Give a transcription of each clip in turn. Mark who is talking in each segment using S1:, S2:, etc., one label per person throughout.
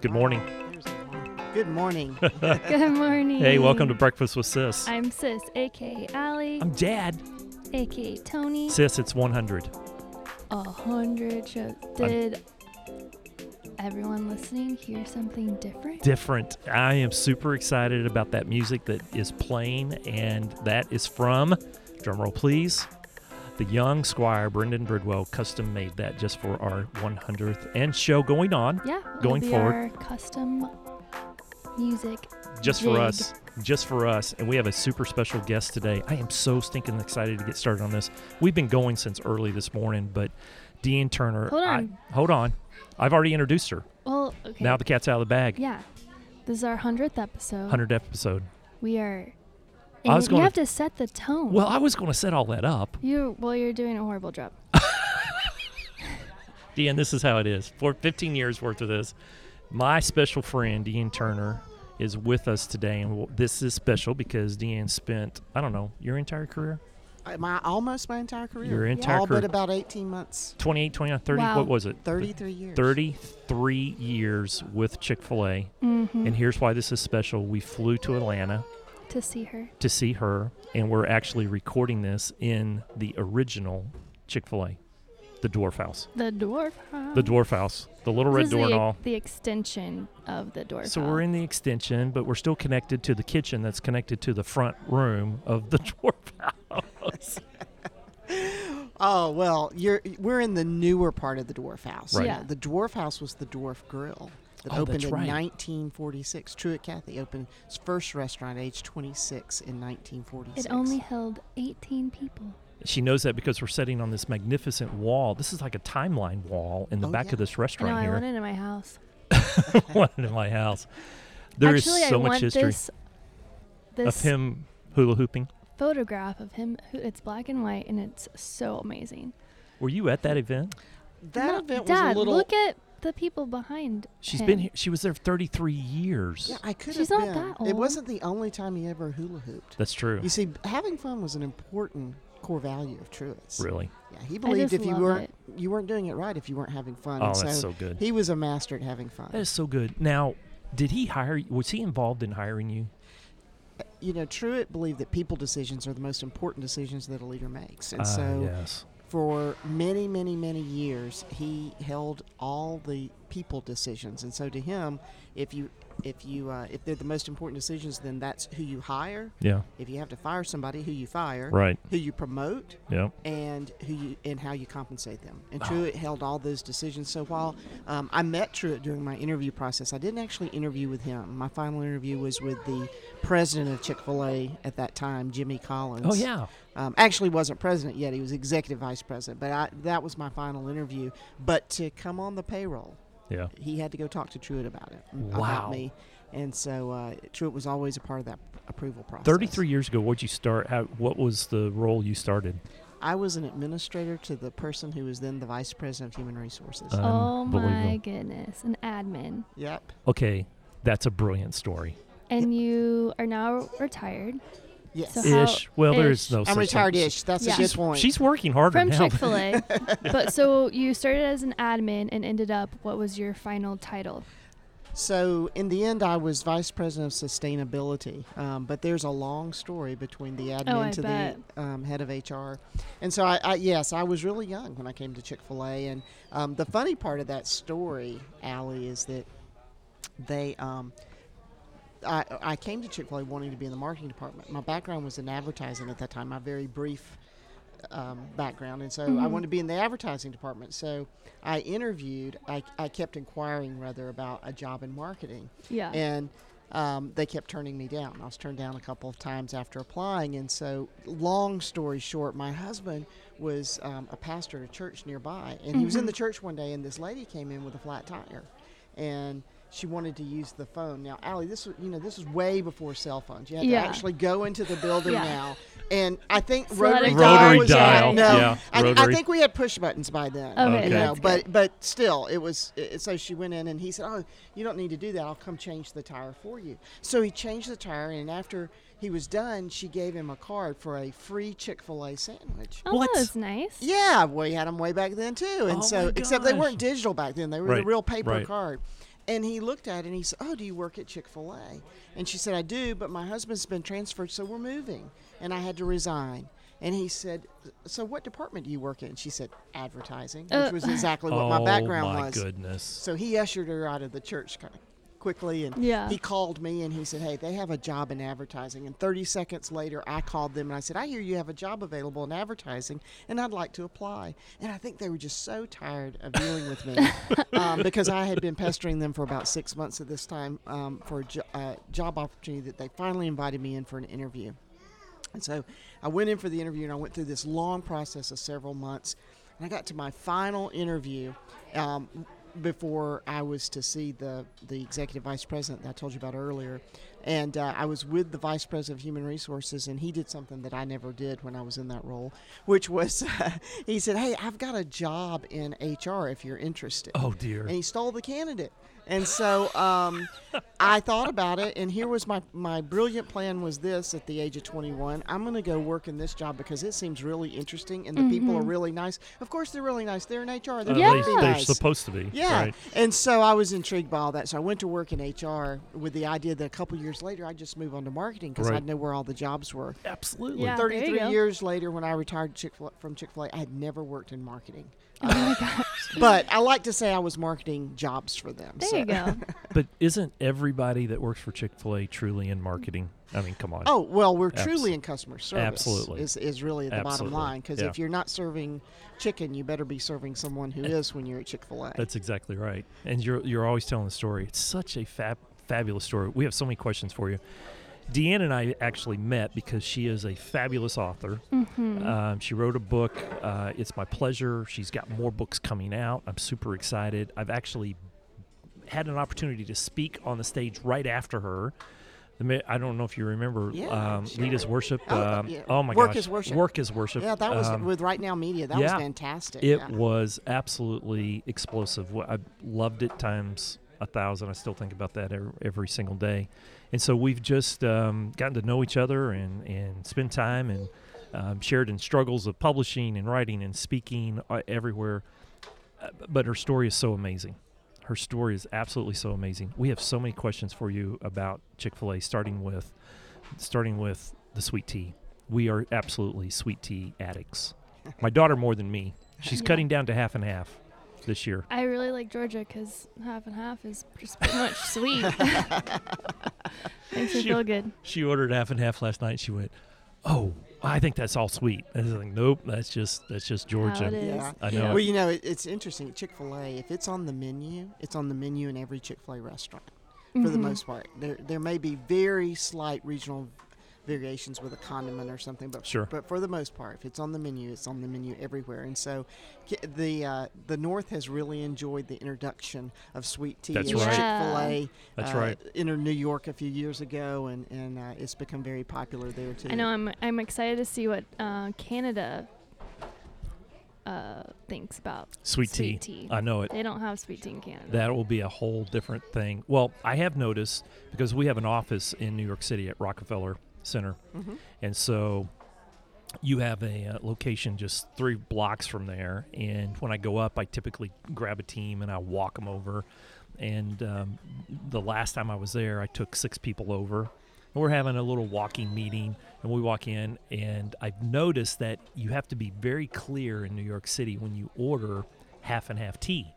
S1: Good morning.
S2: Good morning.
S3: Good morning.
S1: Hey, welcome to Breakfast with Sis.
S3: I'm Sis, aka Allie,
S1: I'm Dad.
S3: aka Tony.
S1: Sis, it's 100.
S3: A hundred shows. Did everyone listening hear something different?
S1: Different. I am super excited about that music that is playing, and that is from, drumroll please, the young squire Brendan Bridwell custom made that just for our 100th and show going on
S3: yeah. it'll
S1: Going
S3: be
S1: forward.
S3: Our custom music.
S1: just for
S3: Dig.
S1: us. Just for us. And we have a super special guest today. I am so stinking excited to get started on this. We've been going since early this morning, but Dean Turner.
S3: Hold
S1: I-
S3: on.
S1: hold on. I've already introduced her.
S3: Well, okay.
S1: Now the cat's out of the bag.
S3: yeah. This is our hundredth episode.
S1: 100th episode.
S3: We are.
S1: I was
S3: and
S1: gonna-
S3: you have to set the tone.
S1: Well, I was going to set all that up.
S3: you well, you're doing a horrible job.
S1: Dean, this is how it is. For 15 years worth of this, my special friend, Dean Turner, is with us today. And w- this is special because Dean spent, I don't know, your entire career?
S2: I- my almost my entire career.
S1: Your entire
S2: all
S1: career.
S2: but about 18 months,
S1: 28, 29, 30,
S3: Wow.
S1: what was it?
S2: 33 years.
S1: 33 years with Chick fil A.
S3: Mm-hmm.
S1: And here's why this is special. We flew to Atlanta
S3: To see her.
S1: to see her, and we're actually recording this in the original Chick fil A, the Dwarf House.
S3: The dwarf.
S1: The Dwarf House, the Little Red
S3: This is
S1: Door
S3: the,
S1: and all.
S3: the extension of the door.
S1: So we're in the extension, but we're still connected to the kitchen that's connected to the front room of the dwarf house.
S2: Oh well, you're we're in the newer part of the dwarf house.
S1: Right.
S3: Yeah.
S2: The dwarf house was the dwarf grill that
S1: Oh,
S2: opened
S1: that's
S2: in
S1: right.
S2: 1946. Truett Cathy opened its first restaurant at age 26 in 1946.
S3: It only held 18 people.
S1: she knows that because we're sitting on this magnificent wall. This is like a timeline wall in the
S2: Oh,
S1: back
S2: yeah.
S1: of this
S3: I know,
S1: restaurant
S3: I
S1: here.
S3: want it in my house.
S1: One in my house. There is
S3: Actually,
S1: so
S3: I
S1: much
S3: want
S1: history
S3: this, this
S1: of him hula hooping.
S3: photograph of him. who- It's black and white, and it's so amazing.
S1: Were you at that event?
S2: that
S3: No,
S2: event
S3: Dad,
S2: was a little.
S3: look at the people behind.
S1: She's
S3: him.
S1: been here. She was there 33 years.
S2: yeah, I could
S3: She's
S2: have
S3: not
S2: been.
S3: that
S2: It
S3: old.
S2: wasn't the only time he ever hula hooped.
S1: That's true.
S2: You see, having fun was an important core value of Truett's.
S1: Really.
S2: Yeah, he believed
S3: just
S2: if you
S3: love
S2: weren't you weren't doing it right if you weren't having fun.
S1: Oh,
S2: and
S1: that's so good.
S2: He was a master at having fun.
S1: That is so good. Now, did he hire you? Was he involved in hiring you?
S2: you know, Truett believed that people decisions are the most important decisions that a leader makes, and
S1: Ah,
S2: so
S1: yes.
S2: for many, many, many years, he held all the people decisions. And so to him, if you if you uh, if they're the most important decisions, then that's who you hire.
S1: Yeah.
S2: If you have to fire somebody, who you fire,
S1: Right.
S2: who you promote,
S1: Yeah.
S2: and who you and how you compensate them. And Truett held all those decisions. So while um, I met Truett during my interview process, I didn't actually interview with him. My final interview was with the president of Chick Fil A at that time, Jimmy Collins.
S1: Oh yeah.
S2: Um, actually, wasn't president yet; he was executive vice president. But I, that was my final interview. But to come on the payroll,
S1: Yeah.
S2: he had to go talk to Truett about it,
S1: Wow.
S2: about me. And so uh, Truett was always a part of that approval process.
S1: 33 years ago, where'd you start? How, what was the role you started?
S2: I was an administrator to the person who was then the vice president of human resources.
S1: Uh,
S3: Oh my
S1: Unbelievable.
S3: goodness, an admin,
S2: yep.
S1: Okay, that's a brilliant story.
S3: and you are now retired
S2: Yes.
S3: So- How-
S1: Ish. Well, there is
S3: ish.
S1: no.
S2: I'm
S1: such thing.
S2: retired ish. That's
S3: Yeah.
S2: a good point.
S1: She's working harder
S3: from
S1: now.
S3: Chick Fil A. but so you started as an admin and ended up. What was your final title?
S2: so, in the end, I was vice president of sustainability. Um, but there's a long story between the admin
S3: Oh, I
S2: to
S3: bet.
S2: the um, head of HR. And so, I, I yes, I was really young when I came to Chick fil A. And um, the funny part of that story, Allie, is that they. Um, I, I came to Chick Fil A wanting to be in the marketing department. My background was in advertising at that time. My very brief um, background, and so I wanted to be in the advertising department. So I interviewed. I, I kept inquiring rather about a job in marketing,
S3: Yeah.
S2: and um, they kept turning me down. I was turned down a couple of times after applying, and so long story short, my husband was um, a pastor at a church nearby, and he
S3: Mm-hmm.
S2: was in the church one day, and this lady came in with a flat tire, and she wanted to use the phone. Now, Allie, this was you know this was way before cell phones. You had
S3: Yeah.
S2: to actually go into the building
S3: Yeah.
S2: now, and I think
S3: It's a lot
S2: rotary,
S3: of
S2: dial
S3: Rotary
S2: was
S3: dial,
S2: out. No,
S1: yeah,
S2: I, th- I
S1: rotary.
S2: think we had push buttons by then.
S3: Okay,
S2: you
S1: Okay.
S2: know,
S3: that's
S2: but
S3: good.
S2: but still, it was. It, so she went in and he said, "Oh, you don't need to do that. I'll come change the tire for you." So he changed the tire, and after he was done, she gave him a card for a free Chick fil A sandwich.
S3: Oh,
S1: What?
S3: that was nice.
S2: Yeah, we had them way back then too, and
S1: Oh
S2: so
S1: my
S2: except they
S1: gosh.
S2: weren't digital back then; they were
S1: Right,
S2: the real paper
S1: right.
S2: card. And he looked at it and he said, "Oh, do you work at Chick Fil A?" And she said, "I do, but my husband's been transferred, so we're moving, and I had to resign." And he said, "So what department do you work in?" And she said, "Advertising," which
S3: Uh.
S2: was exactly what
S1: oh
S2: my background
S1: my
S2: was.
S1: goodness.
S2: So he ushered her out of the church kind of quickly, and
S3: Yeah.
S2: he called me and he said, "Hey, they have a job in advertising." And 30 seconds later, I called them and I said, "I hear you have a job available in advertising, and I'd like to apply." And I think they were just so tired of dealing with me um, because I had been pestering them for about six months at this time um, for a jo- uh, job opportunity that they finally invited me in for an interview. And so I went in for the interview and I went through this long process of several months. And I got to my final interview um, before I was to see the, the executive vice president that I told you about earlier. And uh, I was with the vice president of human resources, and he did something that I never did when I was in that role, which was he said, Hey, I've got a job in HR if you're interested
S1: Oh dear.
S2: and he stole the candidate. And so um, I thought about it, and here was my my brilliant plan was this: at the age of 21, I'm going to go work in this job because it seems really interesting, and the people
S3: Mm-hmm.
S2: are really nice. Of course, they're really nice. They're in HR. They're
S1: Uh,
S3: Yeah.
S2: really
S1: they,
S2: nice.
S1: They're supposed to be.
S2: Yeah.
S1: Right.
S2: And so I was intrigued by all that. So I went to work in HR with the idea that a couple years later I'd just move on to marketing because
S1: Right.
S2: I'd know where all the jobs were.
S1: Absolutely.
S3: Yeah. Ah, there you
S2: 33
S3: go.
S2: years later, when I retired Chick-fil- from Chick fil A, I had never worked in marketing.
S3: Oh my gosh.
S2: But I like to say I was marketing jobs for them.
S3: There
S2: so.
S3: you go.
S1: But isn't everybody that works for Chick Fil A truly in marketing? I mean, come on.
S2: Oh well, we're
S1: Abs-
S2: truly in customer service.
S1: Absolutely.
S2: is, is really the
S1: Absolutely.
S2: bottom line. Because
S1: Yeah.
S2: if you're not serving chicken, you better be serving someone who is when you're at Chick Fil A.
S1: That's exactly right. And you're you're always telling the story. It's such a fab, fabulous story. We have so many questions for you. Deanne and I actually met because she is a fabulous author.
S2: Mm-hmm.
S1: Um, she wrote a book. Uh, it's my pleasure. She's got more books coming out. I'm super excited. I've actually had an opportunity to speak on the stage right after her. The ma- I don't know if you remember
S2: Yeah,
S1: um,
S2: sure.
S1: Lead is Worship.
S2: Oh,
S1: um,
S2: yeah.
S1: oh my
S2: Work
S1: gosh.
S2: is Worship.
S1: Work is Worship.
S2: Yeah, that was
S1: Um,
S2: with Right Now Media. That
S1: yeah.
S2: was fantastic.
S1: it
S2: yeah.
S1: was absolutely explosive. Wha- I loved it times a thousand. I still think about that every, every single day. And so we've just um, gotten to know each other and, and spend time and um, shared in struggles of publishing and writing and speaking uh, everywhere. Uh, b- but her story is so amazing. Her story is absolutely so amazing. We have so many questions for you about Chick Fil A, starting with starting with the sweet tea. We are absolutely sweet tea addicts. My daughter more than me. She's
S3: Yeah.
S1: cutting down to half and half this year.
S3: I really like Georgia because half and half is just pretty much sweet. Makes me
S1: Shoot.
S3: feel good.
S1: She ordered half and half last night. She went, "Oh, I think that's all sweet." And I was like, "Nope, that's just that's just
S3: How it
S1: Georgia."
S3: is.
S2: Yeah.
S1: I know.
S2: Well, you know, it, it's interesting. Chick Fil A, if it's on the menu, it's on the menu in every Chick Fil A restaurant for the
S3: Mhm.
S2: most part. There, there may be very slight regional variations with a condiment or something, but
S1: Sure.
S2: but for the most part, if it's on the menu, it's on the menu everywhere. And so, ki- the uh, the North has really enjoyed the introduction of sweet tea
S1: That's
S2: and
S1: right.
S2: Chick Fil A.
S1: That's
S2: uh,
S1: right.
S2: Entered New York a few years ago, and and uh, it's become very popular there too.
S3: I know. I'm I'm excited to see what uh, Canada uh, thinks about
S1: sweet,
S3: sweet
S1: tea.
S3: tea.
S1: I know it.
S3: They don't have sweet tea in Canada.
S1: That will be a whole different thing. Well, I have noticed because we have an office in New York City at Rockefeller Center,
S2: Mhm.
S1: and so you have a uh, location just three blocks from there. And when I go up, I typically grab a team and I walk them over. And um, the last time I was there, I took six people over. And we're having a little walking meeting, and we walk in, and I've noticed that you have to be very clear in New York City when you order half and half tea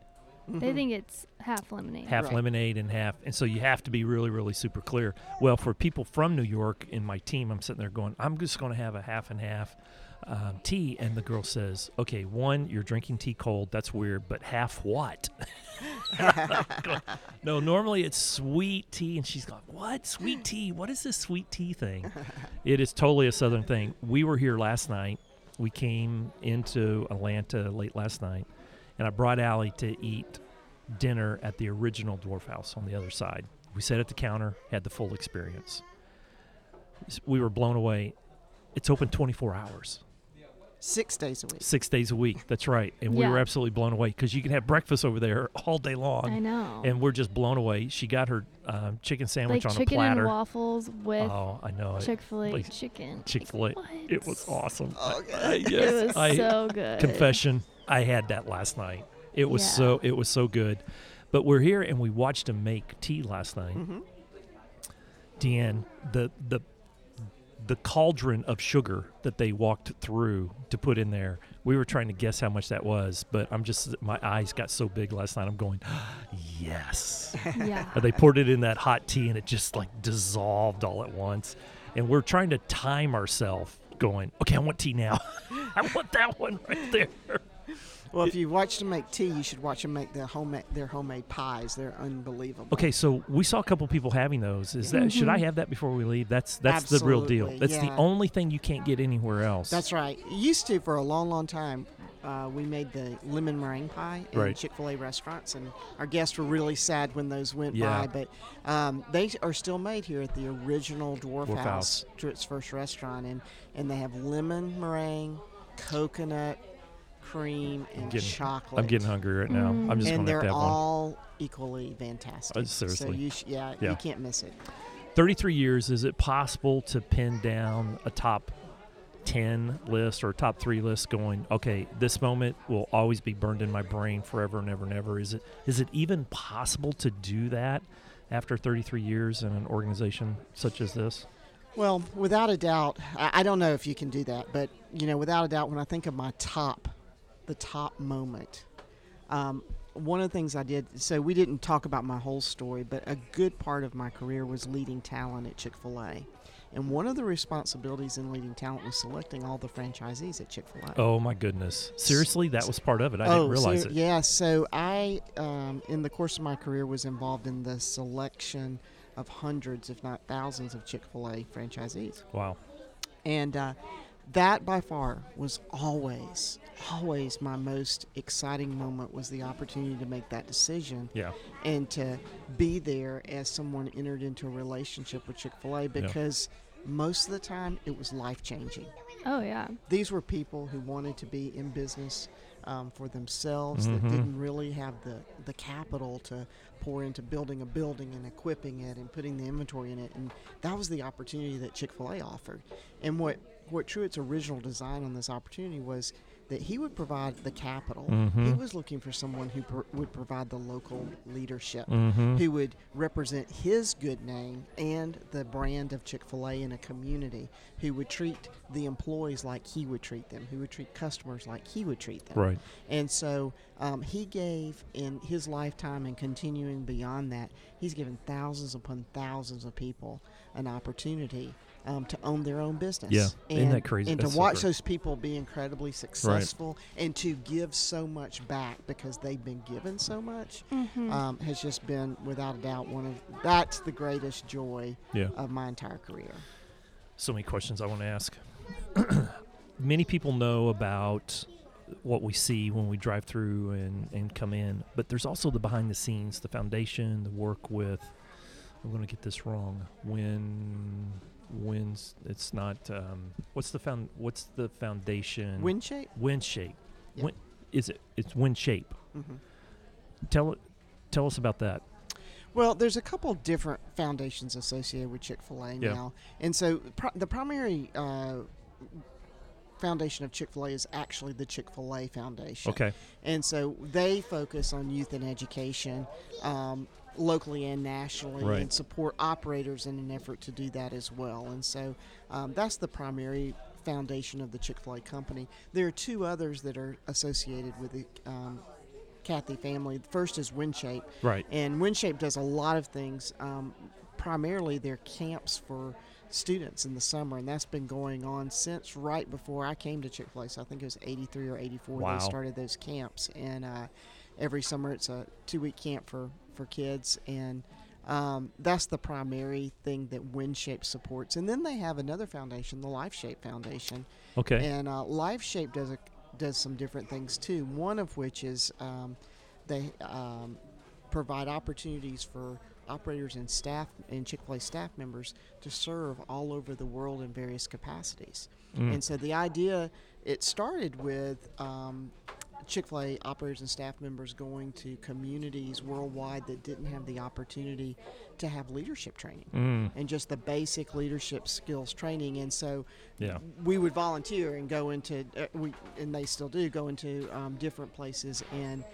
S3: They think it's half lemonade.
S1: half
S2: Right.
S1: lemonade and half and so you have to be really really super clear well for people from new york in my team i'm sitting there going i'm just going to have a half and half um, tea and the girl says okay one you're drinking tea cold that's weird but half what no normally it's sweet tea and she's going what sweet tea what is this sweet tea thing it is totally a southern thing we were here last night we came into atlanta late last night and i brought allie to eat dinner at the original Dwarf House on the other side. We sat at the counter, had the full experience. S- We were blown away. It's open 24 hours.
S2: six days a week.
S1: six days a week. That's right. And we
S3: Yeah.
S1: were absolutely blown away because you can have breakfast over there all day long.
S3: I know.
S1: And we're just blown away. She got her um, chicken
S3: like
S1: sandwich on a
S3: chicken and
S1: platter.
S3: waffles with
S1: oh, I know. it.
S3: Chick Fil A
S1: like,
S3: chicken. Like,
S1: Chick-fil-A.
S3: what?
S1: It was awesome. I-
S2: Okay.
S1: I- yes,
S3: It was
S1: I-
S3: so good.
S1: confession i had that last night it was
S3: Yeah.
S1: so it was so good but we're here and we watched him make tea last night
S2: Mm-hmm.
S1: deanne the the the cauldron of sugar that they walked through to put in there we were trying to guess how much that was but i'm just my eyes got so big last night i'm going yes
S3: Yeah.
S1: but they poured it in that hot tea and it just like dissolved all at once and we're trying to time ourselves going okay i want tea now i want that one right there
S2: Well, if you watch them make tea, you should watch them make their homemade their homemade pies. They're unbelievable.
S1: Okay, so we saw a couple people having those. Is that should I have that before we leave? That's that's the real deal.
S2: Mm-hmm. Absolutely,
S1: That's the
S2: yeah.
S1: only thing you can't get anywhere else.
S2: That's right. Used to for a long, long time. Uh, we made the lemon meringue pie in
S1: Right.
S2: Chick Fil A restaurants, and our guests were really sad when those went
S1: Yeah.
S2: by. But um, they are still made here at the original Dwarf,
S1: Dwarf House.
S2: House, Drit's first restaurant, and and they have lemon meringue, coconut cream, and
S1: getting-
S2: chocolate.
S1: I'm getting hungry right now. I'm just
S2: Mm.
S1: going to
S2: and they're
S1: that one.
S2: all equally fantastic.
S1: Uh,
S2: so
S1: seriously.
S2: you sh- yeah,
S1: Yeah.
S2: you can't miss it.
S1: 33 years. Is it possible to pin down a top 10 list or top three list? Going, okay, this moment will always be burned in my brain forever and ever and ever. Is it is it even possible to do that after 33 years in an organization such as this?
S2: Well, without a doubt, I, I don't know if you can do that, but you know, without a doubt, when I think of my top, the top moment, um, one of the things I did. So we didn't talk about my whole story, but a good part of my career was leading talent at Chick Fil A, and one of the responsibilities in leading talent was selecting all the franchisees at Chick Fil A.
S1: Oh my goodness! Seriously, that was part of it. I
S2: so-
S1: didn't realize it.
S2: Oh, Yeah, so I, um, in the course of my career, was involved in the selection of hundreds, if not thousands, of Chick Fil A franchisees.
S1: Wow.
S2: And uh, that by far was always, always my most exciting moment was the opportunity to make that decision
S1: Yeah.
S2: and to be there as someone entered into a relationship with Chick fil A because most of the time it was life changing.
S3: oh yeah.
S2: These were people who wanted to be in business um, for themselves
S1: Mhm.
S2: that didn't really have the, the capital to pour into building a building and equipping it and putting the inventory in it. And that was the opportunity that Chick fil A offered. And what, what Truitt's original design on this opportunity was that he would provide the capital. He
S1: Mhm.
S2: was looking for someone who pr- would provide the local leadership
S1: Mm-hmm.
S2: who would represent his good name and the brand of Chick fil A in a community, who would treat the employees like he would treat them, who would treat customers like he would treat them.
S1: Right.
S2: And so um, he gave in his lifetime and continuing beyond that, he's given thousands upon thousands of people an opportunity. Um, to own their own business.
S1: Yeah.
S2: And,
S1: Isn't that crazy?
S2: And to
S1: That's so
S2: watch
S1: great.
S2: those people be incredibly successful and to give so much back because they've been given so much
S1: Mm.
S3: Mm-hmm.
S2: um, has just been without a doubt one of that's the greatest joy
S1: Yeah.
S2: of my entire career.
S1: So many questions I want to ask. Many people know about what we see when we drive through and, and come in, but there's also the behind the scenes, the foundation, the work with. I'm going to get this wrong. When when it's not um, what's the found what's the foundation
S2: Wind shape.
S1: wind shape
S2: Yeah.
S1: Win- is it it's wind shape
S2: hmm
S1: tell tell us about that
S2: Well, there's a couple different foundations associated with Chick Fil A
S1: Yeah.
S2: now, and so pr- the primary uh, foundation of Chick Fil A is actually the Chick Fil A Foundation.
S1: okay
S2: and so they focus on youth and education um, locally and nationally
S1: Right.
S2: and support operators in an effort to do that as well and so um, that's the primary foundation of the chick-fil-a company there are two others that are associated with the um, kathy family the first is windshape
S1: right
S2: and Windshape does a lot of things. Um, primarily, they're camps for students in the summer, and that's been going on since right before I came to Chick Fil A. So I think it was '83 or '84
S1: Wow.
S2: they started those camps, and uh, every summer it's a two-week camp for for kids and. Um, that's the primary thing that Windshape supports, and then they have another foundation, the Life Shape Foundation,
S1: okay
S2: and uh, Life Shape does a, does some different things too. One of which is um, they um, provide opportunities for operators and staff and Chick fil A staff members to serve all over the world in various capacities.
S1: Mm.
S2: And so the idea, it started with um, Chick fil A operators and staff members going to communities worldwide that didn't have the opportunity to have leadership training
S1: Mm.
S2: and just the basic leadership skills training. And so
S1: Yeah.
S2: we would volunteer and go into uh, we and they still do go into um, different places and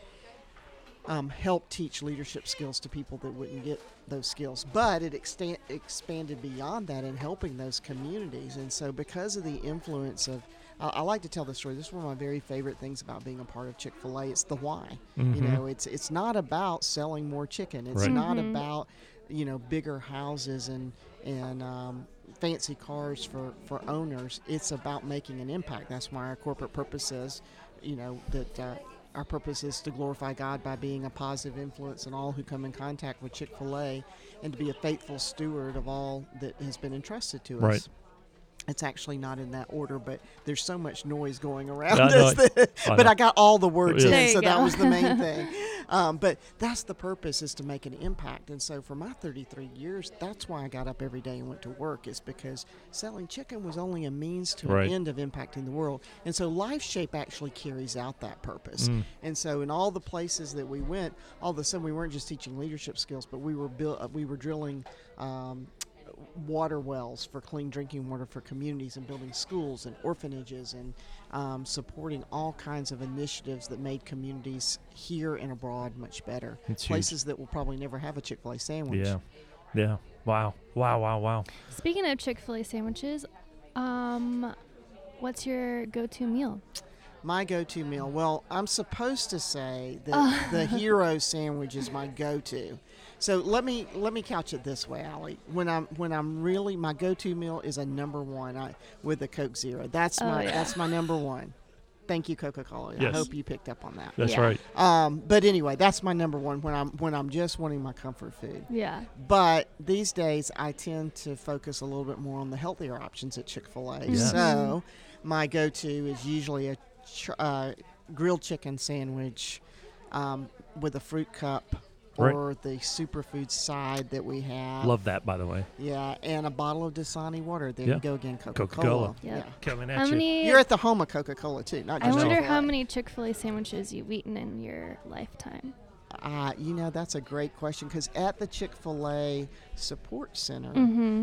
S2: um, help teach leadership skills to people that wouldn't get those skills but it extan- expanded beyond that in helping those communities and so because of the influence of I I like to tell this story. This is one of my very favorite things about being a part of Chick Fil A. It's the why. You know, it's it's not about selling more chicken. It's
S1: Mm-hmm. Right.
S2: not about you know bigger houses and and um, fancy cars for for owners. It's about making an impact. That's why our corporate purpose is, you know, that. Uh, our purpose is to glorify God by being a positive influence on all who come in contact with Chick fil A and to be a faithful steward of all that has been entrusted to us
S1: Right.
S2: it's actually not in that order, but there's so much noise going around
S1: I know
S2: us. That,
S1: I
S2: but
S1: know.
S2: I got all the words
S1: Yeah.
S3: There
S2: in,
S3: you
S2: so that
S3: go.
S2: was the main thing. Um, but that's the purpose is to make an impact. And so for my 33 years, that's why I got up every day and went to work is because selling chicken was only a means to
S1: Right.
S2: an end of impacting the world. And so Life Shape actually carries out that purpose.
S1: Mm.
S2: And so in all the places that we went, all of a sudden we weren't just teaching leadership skills, but we were built, we were drilling. Um, water wells for clean drinking water for communities and building schools and orphanages and um, supporting all kinds of initiatives that made communities here and abroad much better.
S1: It's huge.
S2: Places that will probably never have a Chick fil A sandwich.
S1: Yeah. Yeah. Wow. Wow. Wow. Wow.
S3: Speaking of Chick Fil A sandwiches, um, what's your go-to meal?
S2: My go to meal, well, I'm supposed to say that
S3: Uh.
S2: the hero sandwich is my go to. So let me let me couch it this way, Allie. When I'm when I'm really my go to meal is a number one I, with a Coke Zero. That's
S3: Oh,
S2: my
S3: yeah.
S2: that's my number one. Thank you, Coca Cola.
S1: Yes.
S2: I hope you picked up on that.
S1: That's
S3: Yeah.
S1: right.
S2: Um, but anyway, that's my number one when I'm when I'm just wanting my comfort food.
S3: Yeah.
S2: But these days, I tend to focus a little bit more on the healthier options at Chick Fil A.
S1: Yes. Mm-hmm.
S2: So my go-to is usually a ch- uh, grilled chicken sandwich um, with a fruit cup.
S1: Right.
S2: Or the superfood side that we have.
S1: Love that, by the way.
S2: Yeah, and a bottle of Dasani water. There
S1: Yeah.
S2: you go again, Coca
S1: Coca-Cola.
S2: Cola.
S3: Yep.
S1: Coming at
S3: How
S1: you.
S3: many?
S2: You're at the home of Coca Cola, too, not
S3: I
S2: just
S3: wonder
S2: Chick-fil-A.
S3: how many Chick Fil A sandwiches you've eaten in your lifetime.
S2: Uh, you know, that's a great question because at the Chick fil A Support Center,
S3: Mm-hmm.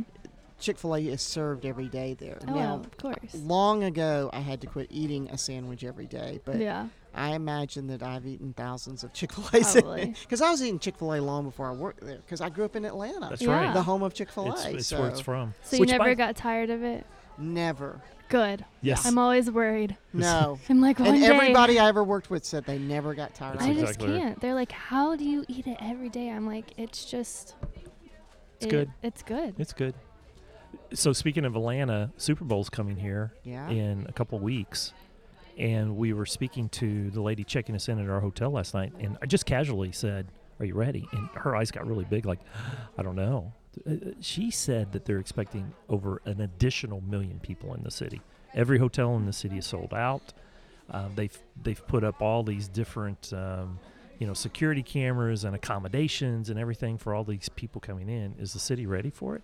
S2: Chick fil A is served every day there.
S3: Oh,
S2: now,
S3: of course.
S2: long ago, I had to quit eating a sandwich every day, but
S3: Yeah.
S2: I imagine that I've eaten thousands of Chick fil A.
S3: Probably.
S2: Because I was eating Chick fil A long before I worked there because I grew up in Atlanta,
S1: That's
S3: Yeah.
S1: right.
S2: the home of Chick fil
S1: It's,
S2: A.
S1: it's
S2: so
S1: where it's from.
S3: So you
S1: Which
S3: never
S1: by-
S3: got tired of it?
S2: Never.
S3: Good.
S1: Yes.
S3: I'm always worried.
S2: No.
S3: I'm like one
S2: and
S3: day.
S2: everybody I ever worked with said they never got tired
S1: That's
S3: I
S2: of it.
S3: just
S1: exactly right.
S3: can't. They're like, how do you eat it every day? I'm like, it's just.
S1: It's good.
S3: It's good.
S1: It's good. So speaking of Atlanta, Super Bowl's coming here
S2: Yeah.
S1: in a couple weeks, and we were speaking to the lady checking us in at our hotel last night, and I just casually said, "Are you ready?" And her eyes got really big, like, "I don't know." Uh, uh, She said that they're expecting over an additional million people in the city. Every hotel in the city is sold out. Um, they've they've put up all these different. Um, you know, security cameras and accommodations and everything for all these people coming in. Is the city ready for it?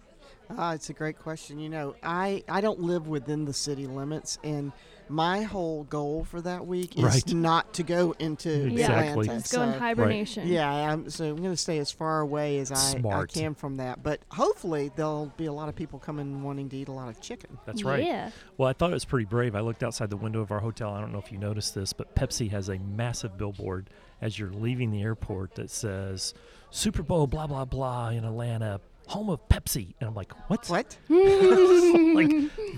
S2: Ah, it's a great question. You know, I, I don't live within the city limits, and my whole goal for that week is
S1: Right. Mm-hmm.
S2: not to go into
S1: Yeah.
S2: Atlanta.
S1: Exactly.
S3: Let's go in
S2: so-
S3: hibernation.
S2: yeah, I'm, so I'm going to stay as far away as I, I
S1: Smart.
S2: can from that. But hopefully, there'll be a lot of people coming wanting to eat a lot of chicken.
S1: That's right.
S3: Yeah.
S1: Well, I thought it was pretty brave. I looked outside the window of our hotel. I don't know if you noticed this, but Pepsi has a massive billboard as you're leaving the airport that says Super Bowl blah blah blah in Atlanta, home of Pepsi. And I'm like, what?
S2: What?
S1: like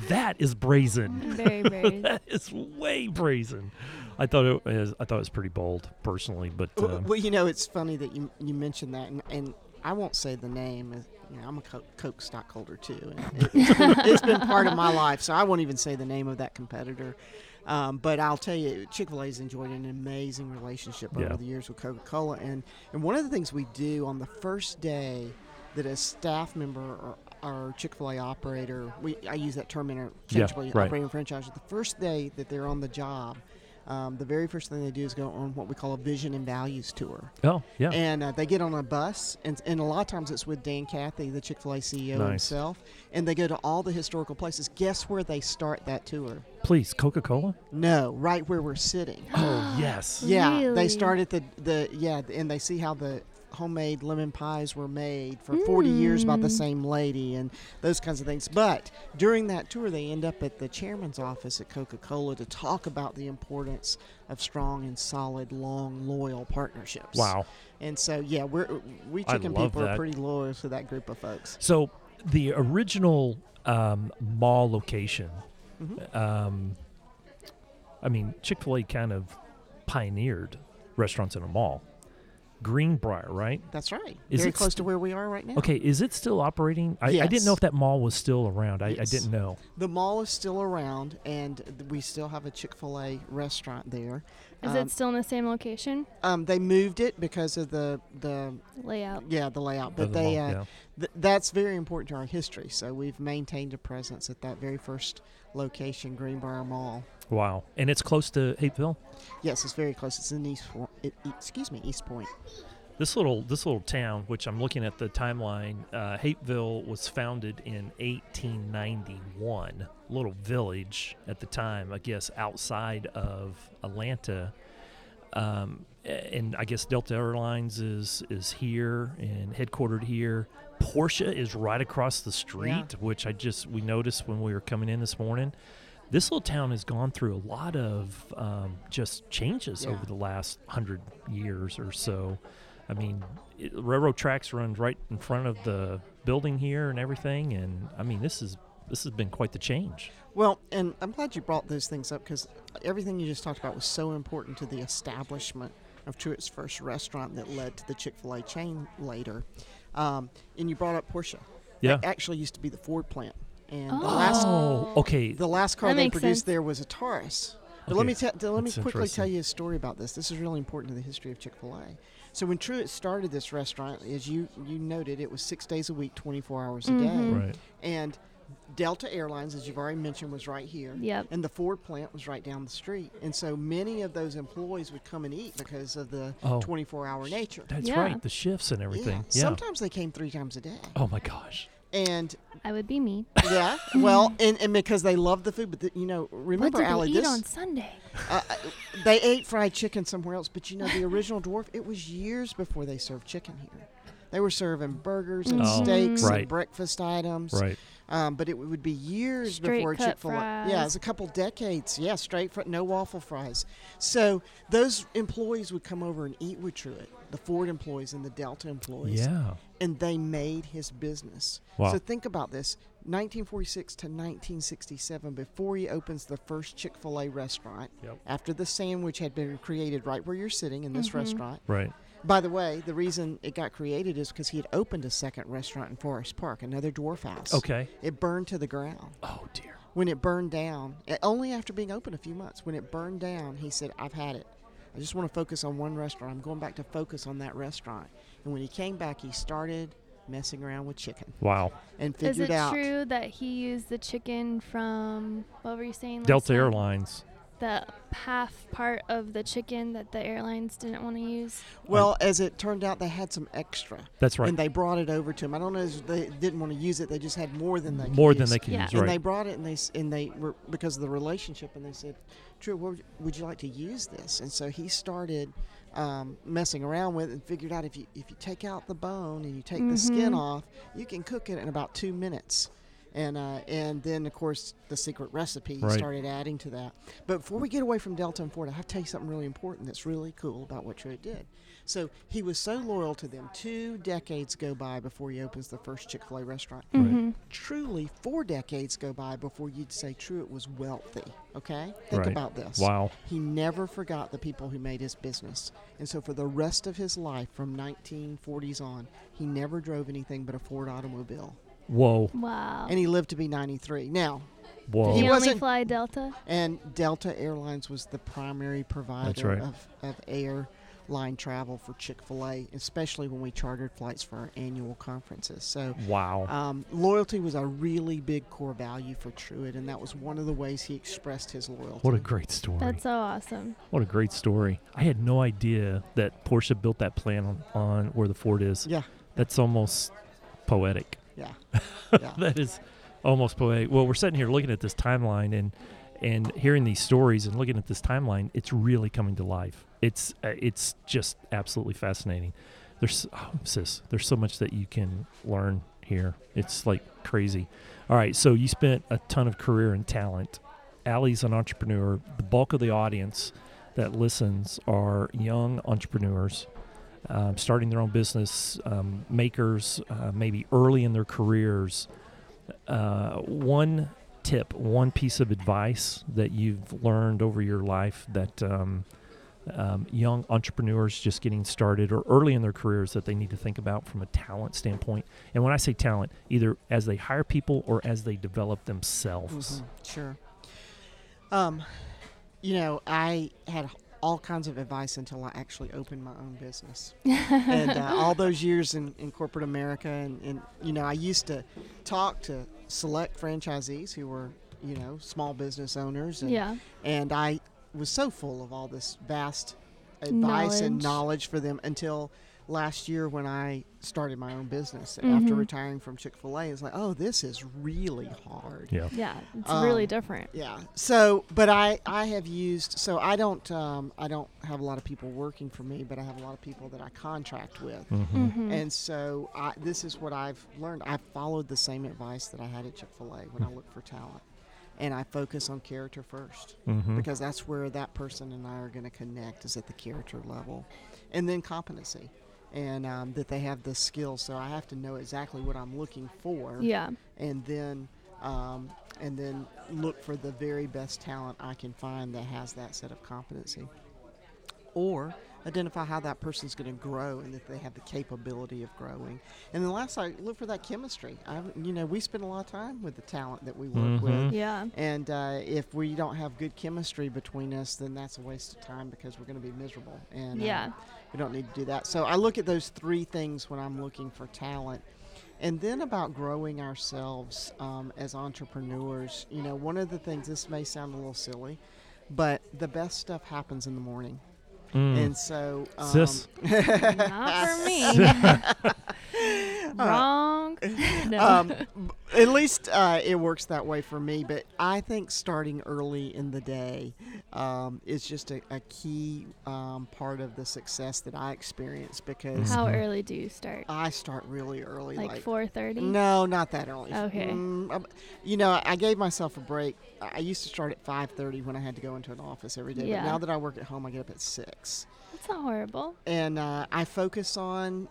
S1: that is brazen.
S3: Very, very.
S1: That is way brazen. I thought it was, I thought it was pretty bold personally, but
S2: Well,
S1: um,
S2: well, you know, it's funny that you you mentioned that, and, and I won't say the name. as- You know, I'm a Coke, Coke stockholder too, and it, it's been part of my life, so I won't even say the name of that competitor. Um, but I'll tell you, Chick Fil A's enjoyed an amazing relationship
S1: Yeah.
S2: over the years with Coca Cola, and and one of the things we do on the first day that a staff member or our Chick Fil A operator, we I use that term interchangeably,
S1: right.
S2: operator and franchise. The first day that they're on the job, um, the very first thing they do is go on what we call a vision and values tour.
S1: Oh, yeah.
S2: And uh, they get on a bus, and, and a lot of times it's with Dan Cathy, the Chick fil A CEO
S1: Nice.
S2: himself, and they go to all the historical places. Guess where they start that tour?
S1: Please, Coca Cola?
S2: No, right where we're sitting.
S1: Oh, yes.
S2: Yeah,
S3: Really?
S2: they start at the the yeah, and they see how the homemade lemon pies were made for 40 years by the
S3: Mm.
S2: same lady and those kinds of things. But during that tour, they end up at the chairman's office at Coca-Cola to talk about the importance of strong and solid, long, loyal partnerships.
S1: Wow.
S2: And so, yeah, we're we
S1: I
S2: chicken
S1: love
S2: people
S1: that.
S2: are pretty loyal to that group of folks.
S1: So the original um, mall location,
S2: Mm-hmm.
S1: um, I mean, Chick fil A kind of pioneered restaurants in a mall. Greenbrier, right?
S2: That's right.
S1: Is
S2: Very
S1: it
S2: close
S1: st-
S2: to where we are right now.
S1: Okay, is it still operating? I, I didn't know
S2: Yes.
S1: if that mall was still around. I, I
S2: Yes.
S1: didn't know.
S2: The mall is still around, and th- we still have a Chick Fil A restaurant there.
S3: Is
S2: um,
S3: it still in the same location?
S2: Um, they moved it because of the the
S3: Layout.
S2: yeah the layout, but
S1: the
S2: they
S1: mall,
S2: uh,
S1: yeah.
S2: th- that's very important to our history. So we've maintained a presence at that very first location, Greenbrier Mall.
S1: Wow. And it's close to Hapeville?
S2: Yes, it's very close. It's in East. Fo- it, it- excuse me, East Point.
S1: This little this little town, which I'm looking at the timeline, uh, Hapeville was founded in 1891. Little village at the time, I guess, outside of Atlanta. Um, a- and I guess Delta Airlines is is here and headquartered here. Porsche is right across the street, which I just we noticed when we were coming in this morning. This little town has gone through a lot of um, just changes
S2: Yeah.
S1: over the last hundred years or so. I mean, it, railroad tracks run right in front of the building here and everything, and I mean, this is this has been quite the change.
S2: Well, and I'm glad you brought those things up because everything you just talked about was so important to the establishment of Truett's first restaurant that led to the Chick Fil A chain later. Um, and you brought up Porsche.
S1: Yeah.
S2: That actually used to be the Ford plant, and the last
S1: Oh, okay.
S2: the last car
S3: That
S2: they
S3: makes
S2: produced
S3: sense.
S2: there was a Taurus. But
S1: Okay,
S2: let me te- t- let me
S1: that's
S2: quickly tell
S1: interesting.
S2: you a story about this. This is really important to the history of Chick Fil A. So when Truett started this restaurant, as you you noted, it was six days a week, 24 hours a day,
S3: Mm-hmm.
S1: Right.
S2: and Delta Airlines, as you've already mentioned, was right here.
S3: Yep.
S2: And the Ford plant was right down the street. And so many of those employees would come and eat because of the
S1: Oh.
S2: 24 hour nature.
S1: That's
S3: Yeah.
S1: right. The shifts and everything. Yeah.
S2: Sometimes they came three times a day.
S1: Oh my gosh.
S2: And
S3: I would be me.
S2: yeah, well, and, and because they loved the food, but the, you know, remember,
S3: what did
S2: Allie,
S3: we eat
S2: this
S3: on Sunday?
S2: uh, uh, they ate fried chicken somewhere else, but you know, the original dwarf, it was years before they served chicken here. They were serving burgers and
S1: Oh,
S2: steaks
S1: right.
S2: and breakfast items.
S1: Right.
S2: Um, but it would be years
S3: Straight
S2: before
S3: cut
S2: Chick fil A. Yeah,
S3: fries.
S2: it's a couple decades. Yeah, straight fr no waffle fries. So those employees would come over and eat with Truett, the Ford employees and the Delta employees
S1: Yeah.
S2: and they made his business.
S1: Wow.
S2: So think about this 1946 to 1967, before he opens the first Chick fil A restaurant,
S1: Yep.
S2: after the sandwich had been created right where you're sitting in this
S3: Mm-hmm.
S2: restaurant.
S1: Right.
S2: By the way, the reason it got created is because he had opened a second restaurant in Forest Park, another dwarf house.
S1: Okay.
S2: It burned to the ground.
S1: Oh dear.
S2: When it burned down, eh, only after being open a few months, when it burned down, he said, I've had it. I just want to focus on one restaurant. I'm going back to focus on that restaurant. And when he came back, he started messing around with chicken
S1: Wow.
S2: and
S3: Is
S2: figured
S3: it
S2: out.
S3: true that he used the chicken from what were you saying? last
S1: Delta
S3: time?
S1: Airlines.
S3: The half part of the chicken that the airlines didn't want to use.
S2: Well, as it turned out, they had some extra.
S1: That's right.
S2: And they brought it over to him. I don't know if they didn't want to use it. They just had more than they could
S1: More than
S2: use.
S1: they can
S3: Yeah.
S1: use.
S2: And
S1: Right.
S2: they brought it, and they s- and they were because of the relationship, and they said, "True, would you, would you like to use this?" And so he started um, messing around with it and figured out if you if you take out the bone and you take the skin off, you can cook it in about two minutes. And uh, and then of course the secret recipe
S1: Right.
S2: started adding to that. But before we get away from Delta and Ford, I have to tell you something really important that's really cool about what Truett did. So he was so loyal to them. Two decades go by before he opens the first Chick Fil A restaurant
S3: Mm-hmm.
S1: Right.
S2: truly four decades go by before you'd say Truett was wealthy. Okay? Think
S1: Right.
S2: about this.
S1: Wow.
S2: He never forgot the people who made his business. And so for the rest of his life from 1940s on, he never drove anything but a Ford automobile.
S1: Whoa.
S3: Wow.
S2: And he lived to be 93. Now,
S1: Whoa.
S2: he
S3: you only
S2: wasn't-
S3: fly Delta.
S2: and Delta Airlines was the primary provider
S1: right.
S2: of, of air line travel for Chick fil A, especially when we chartered flights for our annual conferences. So,
S1: Wow.
S2: um, loyalty was a really big core value for Truitt, and that was one of the ways he expressed his loyalty.
S1: what a great story.
S3: That's so awesome.
S1: what a great story. I had no idea that Porsche built that plan on, on where the fort is.
S2: yeah,
S1: That's almost poetic.
S2: yeah, yeah.
S1: that is almost poetic. Well, we're sitting here looking at this timeline and and hearing these stories and looking at this timeline, it's really coming to life. It's uh, it's just absolutely fascinating. There's oh, sis, there's so much that you can learn here. It's like crazy. All right, so you spent a ton of career and talent. Allie's an entrepreneur. The bulk of the audience that listens are young entrepreneurs um, starting their own business, um, makers, uh, maybe early in their careers. Uh, one tip, one piece of advice that you've learned over your life that um, um, young entrepreneurs just getting started or early in their careers that they need to think about from a talent standpoint. And when I say talent, either as they hire people or as they develop themselves.
S2: Mhm, Sure. Um, you know, I had all kinds of advice until I actually opened my own business. and uh, all those years in, in corporate America, and, and, you know, I used to talk to select franchisees who were, you know, small business owners. And,
S3: Yeah.
S2: And I was so full of all this vast advice and
S3: Knowledge.
S2: knowledge for them until last year when I started my own business after retiring from Chick fil A. It's like, oh, this is really hard.
S1: Yeah.
S3: Yeah. It's
S2: Um,
S3: really different.
S2: Yeah. So, but I I have used so I don't um, I don't have a lot of people working for me, but I have a lot of people that I contract with,
S1: Mhm.
S2: and so I, this is what I've learned. I followed the same advice that I had at Chick Fil A when I look for talent, and I focus on character 1st
S1: Mhm.
S2: because that's where that person and I are going to connect is at the character level, and then competency. And um, that they have the skills, so I have to know exactly what I'm looking for
S3: Yeah.
S2: and then um, and then look for the very best talent I can find that has that set of competency, or identify how that person's going to grow and if they have the capability of growing. And then last, I look for that chemistry. I, you know, we spend a lot of time with the talent that we work
S1: Hmm.
S2: with.
S3: Yeah.
S2: And uh, if we don't have good chemistry between us, then that's a waste of time because we're going to be miserable. And uh,
S3: Yeah.
S2: we don't need to do that. So I look at those three things when I'm looking for talent. And then about growing ourselves um, as entrepreneurs. You know, one of the things, this may sound a little silly, but the best stuff happens in the morning.
S1: Mm.
S2: And so, um,
S1: Hmm. Sis.
S3: Not for me. Wrong. no.
S2: um, b- at least uh, it works that way for me. But I think starting early in the day um, is just a, a key um, part of the success that I experience because
S3: How early do you start?
S2: I start really early.
S3: Like 4:30.
S2: No, not that early.
S3: Okay.
S2: Mm, um, you know, I gave myself a break. I I used to start at 5:30 when I had to go into an office every day.
S3: Yeah.
S2: But now that I work at home, I get up at six,
S3: That's not horrible.
S2: and uh, I focus on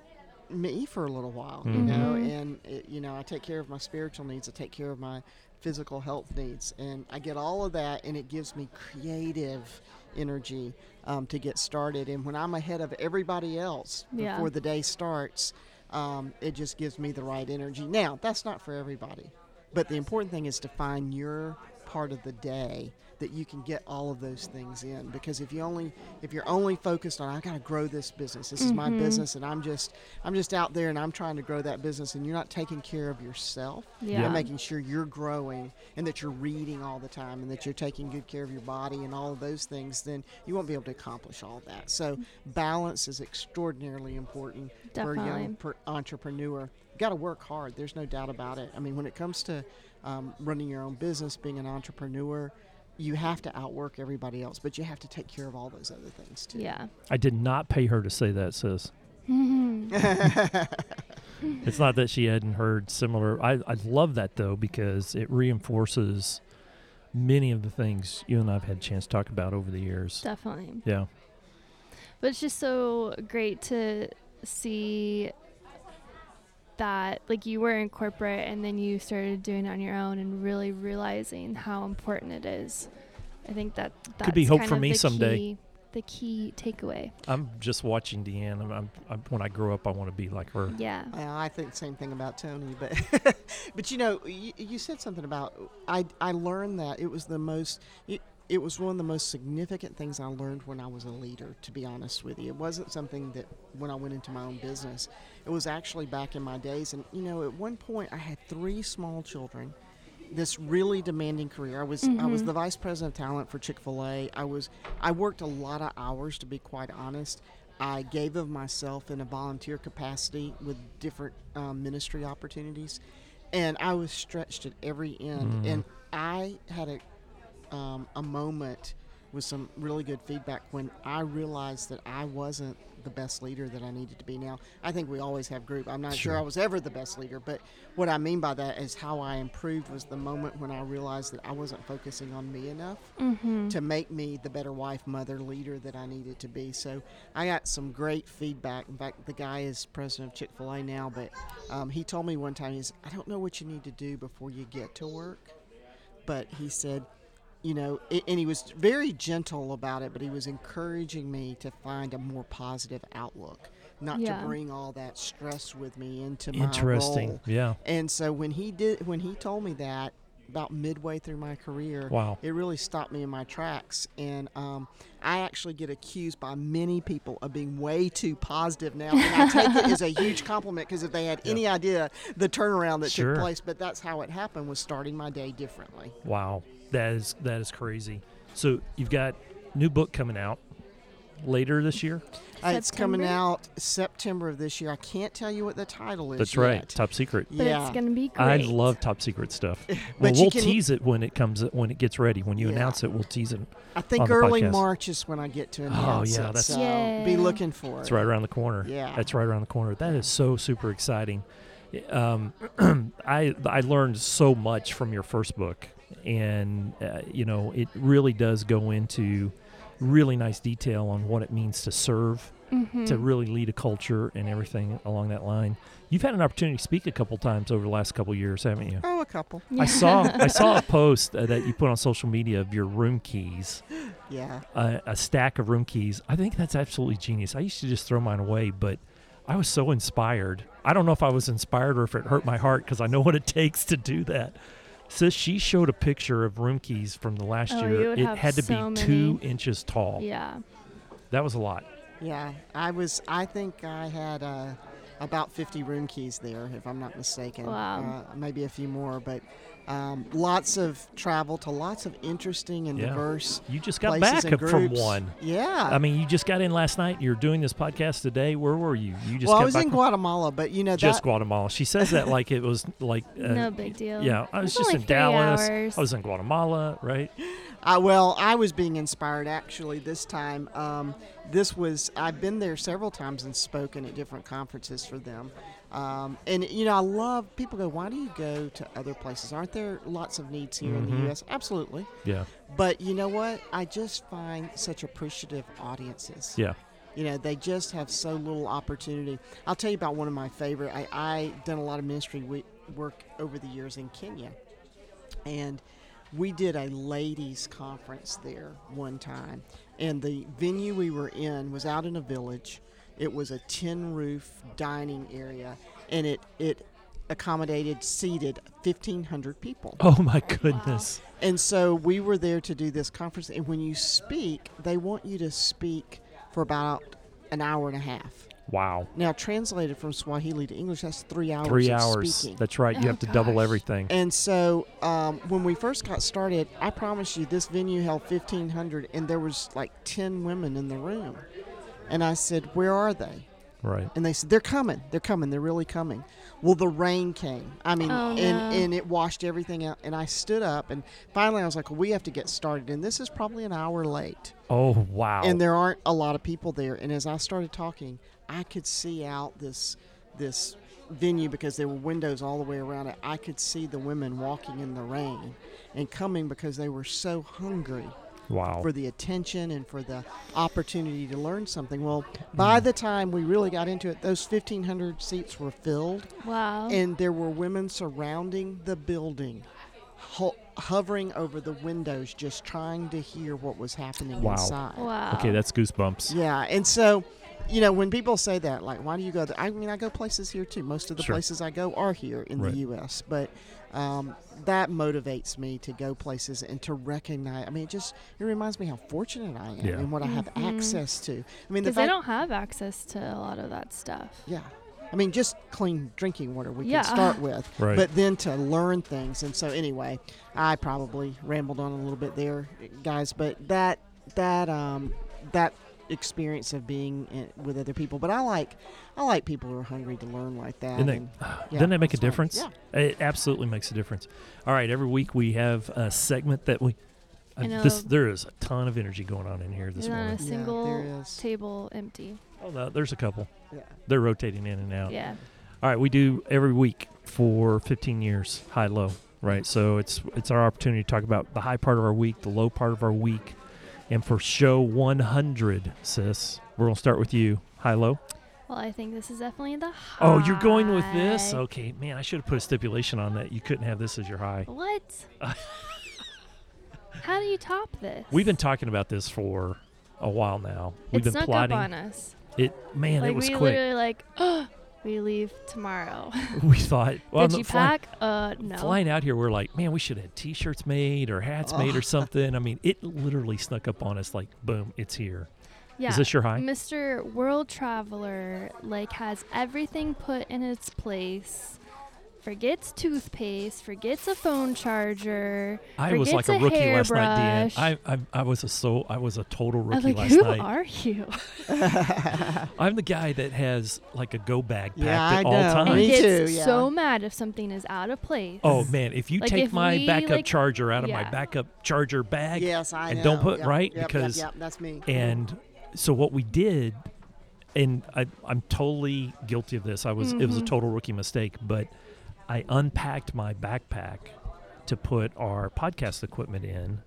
S2: me for a little while. You know, and it, you know, I take care of my spiritual needs. I take care of my physical health needs, and I get all of that, and it gives me creative energy um, to get started. And when I'm ahead of everybody else
S3: Yeah.
S2: before the day starts, um, it just gives me the right energy. Now, that's not for everybody, but the important thing is to find your part of the day that you can get all of those things in because if you only if you're only focused on I got to grow this business this is my business and I'm just I'm just out there and I'm trying to grow that business and you're not taking care of yourself
S3: Yeah.
S2: and making sure you're growing and that you're reading all the time and that you're taking good care of your body and all of those things then you won't be able to accomplish all that so balance is extraordinarily important for a young
S3: Definitely.
S2: per- entrepreneur. You got to work hard. There's no doubt about it. I mean, when it comes to um, running your own business, being an entrepreneur, you have to outwork everybody else, but you have to take care of all those other things too.
S3: Yeah. Mm-hmm.
S1: I did not pay her to say that, sis. it's not that she hadn't heard similar. I, I love that though because it reinforces many of the things you and I've had a chance to talk about over the years.
S3: Definitely.
S1: Yeah.
S3: But it's just so great to see that like you were in corporate and then you started doing it on your own and really realizing how important it is. I think that that's
S1: be hope
S3: kind
S1: for
S3: of
S1: me
S3: the
S1: someday.
S3: Key, the key takeaway.
S1: I'm just watching Deanne. I'm, I'm, i when I grow up, I want to be like her.
S3: Yeah.
S2: Well, I think the same thing about Tony, but but you know, you, you said something about I I learned that it was the most. You, it was one of the most significant things I learned when I was a leader, to be honest with you. It wasn't something that when I went into my own business, it was actually back in my days. And, you know, at one point I had three small children. This really demanding career. I was I was the vice president of talent for Chick Fil A. I was I worked a lot of hours to be quite honest. I gave of myself in a volunteer capacity with different um, ministry opportunities, and I was stretched at every end. And I had a um, a moment with some really good feedback when I realized that I wasn't the best leader that I needed to be. Now, I think we always have group. I'm not sure, I was ever the best leader, but what I mean by that is how I improved was the moment when I realized that I wasn't focusing on me enough
S3: Mm-hmm.
S2: to make me the better wife, mother, leader that I needed to be. So I got some great feedback. In fact, the guy is president of Chick fil A now, but um, he told me one time, he's, I don't know what you need to do before you get to work but he said, you know, a- and he was very gentle about it, but he was encouraging me to find a more positive outlook, not
S3: Yeah.
S2: to bring all that stress with me into my
S1: Interesting.
S2: role.
S1: Yeah.
S2: And so when he did, when he told me that about midway through my career,
S1: Wow.
S2: it really stopped me in my tracks. And um, I actually get accused by many people of being way too positive now, and I take it as a huge compliment because if they had any idea the turnaround that
S1: Sure.
S2: took place, but that's how it happened was starting my day differently.
S1: Wow. That is that is crazy. So you've got new book coming out later this year.
S2: Uh, it's coming
S3: September?
S2: out September of this year. I can't tell you what the title is.
S1: That's right.
S2: yet.
S1: Top secret.
S3: But
S2: yeah.
S3: it's going to be great.
S1: I love top secret stuff. Well,
S2: you
S1: we'll
S2: can-
S1: tease it when it comes when it gets ready. When you
S2: Yeah.
S1: announce it, we'll tease it.
S2: I think
S1: on the
S2: early
S1: podcast. Oh,
S2: March is when I get to announce
S1: yeah,
S2: it.
S1: that's-
S2: so
S3: Yay.
S2: be looking for
S1: It's
S2: it.
S1: right around the corner.
S2: Yeah.
S1: That's right around the corner. That is so super exciting. Um, I I learned so much from your first book, and uh, you know it really does go into really nice detail on what it means to serve,
S3: Mm-hmm.
S1: to
S2: Mm.
S1: really lead a culture, and everything along that line. You've had an opportunity to speak a couple times over the last couple years, haven't you?
S2: Oh, a couple.
S1: I saw I saw a post uh, that you put on social media of your room keys
S2: Yeah.
S1: a, a stack of room keys. I think that's absolutely genius. I used to just throw mine away, but I was so inspired. I don't know if I was inspired or if it hurt my heart because I know what it takes to do that. So she showed a picture of room keys from the last
S3: Oh, you
S1: year.
S3: would
S1: It
S3: have
S1: had to be
S3: so many.
S1: two inches tall.
S3: Yeah.
S1: That was a lot.
S2: Yeah. I was. I think I had uh, about 50 room keys there, if I'm not mistaken.
S3: Wow.
S2: Uh, maybe a few more, but um, lots of travel to lots of interesting and
S1: Yeah.
S2: diverse.
S1: You just got
S2: places
S1: back
S2: and
S1: from
S2: groups.
S1: one.
S2: Yeah.
S1: I mean, you just got in last night. You're doing this podcast today. Where were you? You just
S2: well,
S1: got
S2: I was
S1: back
S2: in
S1: from
S2: Guatemala, but you know
S1: just
S2: that
S1: Guatemala. She says that like it was like uh,
S3: No big deal.
S1: Yeah, I was
S3: It's
S1: just
S3: only
S1: in
S3: three
S1: Dallas.
S3: hours.
S1: I was in Guatemala, right?
S2: Uh, well, I was being inspired actually this time. Um, this was I've been there several times and spoken at different conferences for them. Um, and you know, I love people go. Why do you go to other places? Aren't there lots of needs here in the U.S.? Absolutely.
S1: Yeah,
S2: But you know what? I just find such appreciative audiences.
S1: yeah.
S2: You know, they just have so little opportunity. I'll tell you about one of my favorite. I I done a lot of ministry wi- work over the years in Kenya, and we did a ladies' conference there one time. And the venue we were in was out in a village. It was a tin roof dining area, and it it accommodated seated 1500 people
S1: Oh my goodness.
S2: and so we were there to do this conference. And when you speak, they want you to speak for about an hour and a half.
S1: Wow.
S2: Now, translated from Swahili to English, that's three hours.
S1: Three
S2: of
S1: hours.
S2: Speaking.
S1: That's right. You
S3: Oh,
S1: have to double
S3: gosh.
S1: everything.
S2: And so um, when we first got started, I promise you, this venue held 1,500, and there was like 10 women in the room. And I said, Where are they?
S1: Right.
S2: And they said, They're coming. They're coming. They're really coming. Well, the rain came. I mean,
S3: Oh,
S2: and,
S3: no.
S2: and it washed everything out. And I stood up, and finally I was like, well, We have to get started. And this is probably an hour late.
S1: Oh wow.
S2: And there aren't a lot of people there. And as I started talking, I could see out this, this venue because there were windows all the way around it. I could see the women walking in the rain and coming because they were so hungry
S1: wow.
S2: for the attention and for the opportunity to learn something. Well, by the time we really got into it, those 1,500 seats were filled,
S3: Wow.
S2: and there were women surrounding the building, ho- hovering over the windows, just trying to hear what was happening
S1: Wow.
S2: inside.
S3: wow.
S1: Okay, that's goosebumps.
S2: Yeah, and so you know, when people say that, like, why do you go there? I mean, I go places here too. Most of the
S1: Sure.
S2: places I go are here in
S1: Right.
S2: the U.S., but um, that motivates me to go places and to recognize. I mean, it just it reminds me how fortunate I am
S1: Yeah.
S2: and what I have
S3: Mhm.
S2: access to. I mean, the
S3: Because they
S2: fact,
S3: don't have access to a lot of that stuff.
S2: yeah. I mean, just clean drinking water we
S3: Yeah.
S2: can start with,
S1: Right.
S2: but then to learn things. And so, anyway, I probably rambled on a little bit there, guys. But that that um, that experience of being in, with other people. But I like I like people who are hungry to learn like that.
S1: Isn't
S2: and-
S1: that,
S2: yeah,
S1: doesn't that uh, make a
S2: that's right.
S1: difference? It absolutely makes a difference. All right, every week we have a segment that we.
S3: I
S1: Uh, this
S3: know.
S1: there is a ton of energy going on in here this
S3: There's not a
S1: morning.
S2: Yeah,
S3: single
S2: there is.
S3: table empty.
S1: Oh, no, there's a couple.
S2: yeah.
S1: They're rotating in and out.
S3: Yeah.
S1: All right, we do every week for 15 years, high low, right? So it's it's our opportunity to talk about the high part of our week, the low part of our week, and for show 100, sis, we're gonna start with you, high low.
S3: Well, I think this is definitely the high.
S1: Oh, you're going with this? Okay, man, I should have put a stipulation on that. You couldn't have this as your high.
S3: What? How do you top this?
S1: We've been talking about this for a while now. We've
S3: it
S1: been
S3: snuck
S1: plotting
S3: up on us.
S1: it. Man,
S3: like
S1: it was
S3: we
S1: quick.
S3: literally like, oh, we leave tomorrow.
S1: We thought. Well,
S3: Did
S1: I'm
S3: you
S1: flying-
S3: pack? Uh, no.
S1: flying out here, we're like, man, we should have T-shirts made or hats made
S2: Oh.
S1: or something. I mean, it literally snuck up on us like, boom, it's here.
S3: Yeah. Mm,
S1: Is this your high?
S3: Mr. World Traveler like has everything put in its place. Forgets toothpaste, forgets a phone charger.
S1: I was like
S3: forgets
S1: a
S3: a
S1: rookie last night,
S3: hairbrush.
S1: Dan. I, I I was a so I was a total
S3: I was
S1: rookie
S3: like,
S1: last
S3: who
S1: night.
S3: are you?
S1: I'm the guy that has like a go bag packed
S2: Yeah,
S1: at
S2: I
S1: all
S2: know.
S1: times.
S2: Me
S3: Gets
S2: too, yeah.
S3: so mad if something is out of place.
S1: Oh man, if you
S3: Like,
S1: take
S3: if
S1: my
S3: we,
S1: backup
S3: like-
S1: charger out of my
S3: yeah.
S1: backup charger bag,
S2: Yes, I
S1: and don't
S2: know.
S1: put-
S2: Yep,
S1: right?
S2: yep,
S1: Because-
S2: yep, yep, that's me.
S1: And so what we did, and I, I'm totally guilty of this. I was it was a
S3: Mhm.
S1: total rookie mistake, but I unpacked my backpack to put our podcast equipment in,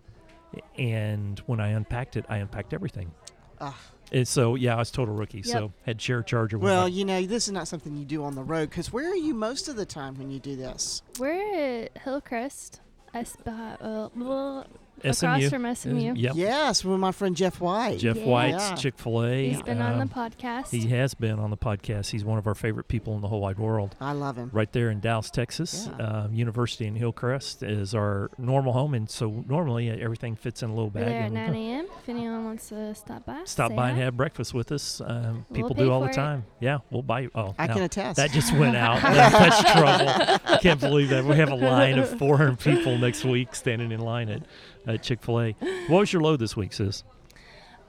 S1: and when I unpacked it, I unpacked everything.
S2: Ah.
S1: And so yeah, I was total rookie. So had share charger. with
S2: well,
S1: my-
S2: you know, this is not something you do on the road because where are you most of the time when you do this?
S3: We're at Hillcrest. S- uh, uh, blah,
S1: SMU.
S3: across from SMU.
S1: Yep.
S2: Yes, with my friend Jeff White.
S1: Jeff
S3: Yeah.
S1: White's
S2: Yeah.
S1: Chick Fil A.
S3: He's been on the podcast.
S1: um, He has been on the podcast. He's one of our favorite people in the whole wide world.
S2: I love him.
S1: right there in Dallas, Texas.
S2: Yeah.
S1: Um, University in Hillcrest is our normal home, and so normally uh, everything fits in a little
S3: We're
S1: bag.
S3: there at
S1: and we
S3: 9
S1: go.
S3: a.m. If anyone wants to stop by,
S1: Stop
S3: say
S1: by and
S3: hi.
S1: have breakfast with us. Um,
S3: We'll
S1: people
S3: pay
S1: do all the
S3: for it.
S1: time. Yeah, we'll buy you. Oh,
S2: I
S1: no.
S2: can attest.
S1: that just went out. That's trouble. I can't believe that we have a line of 400 people next week standing in line at, at Chick Fil A. What was your low this week, sis?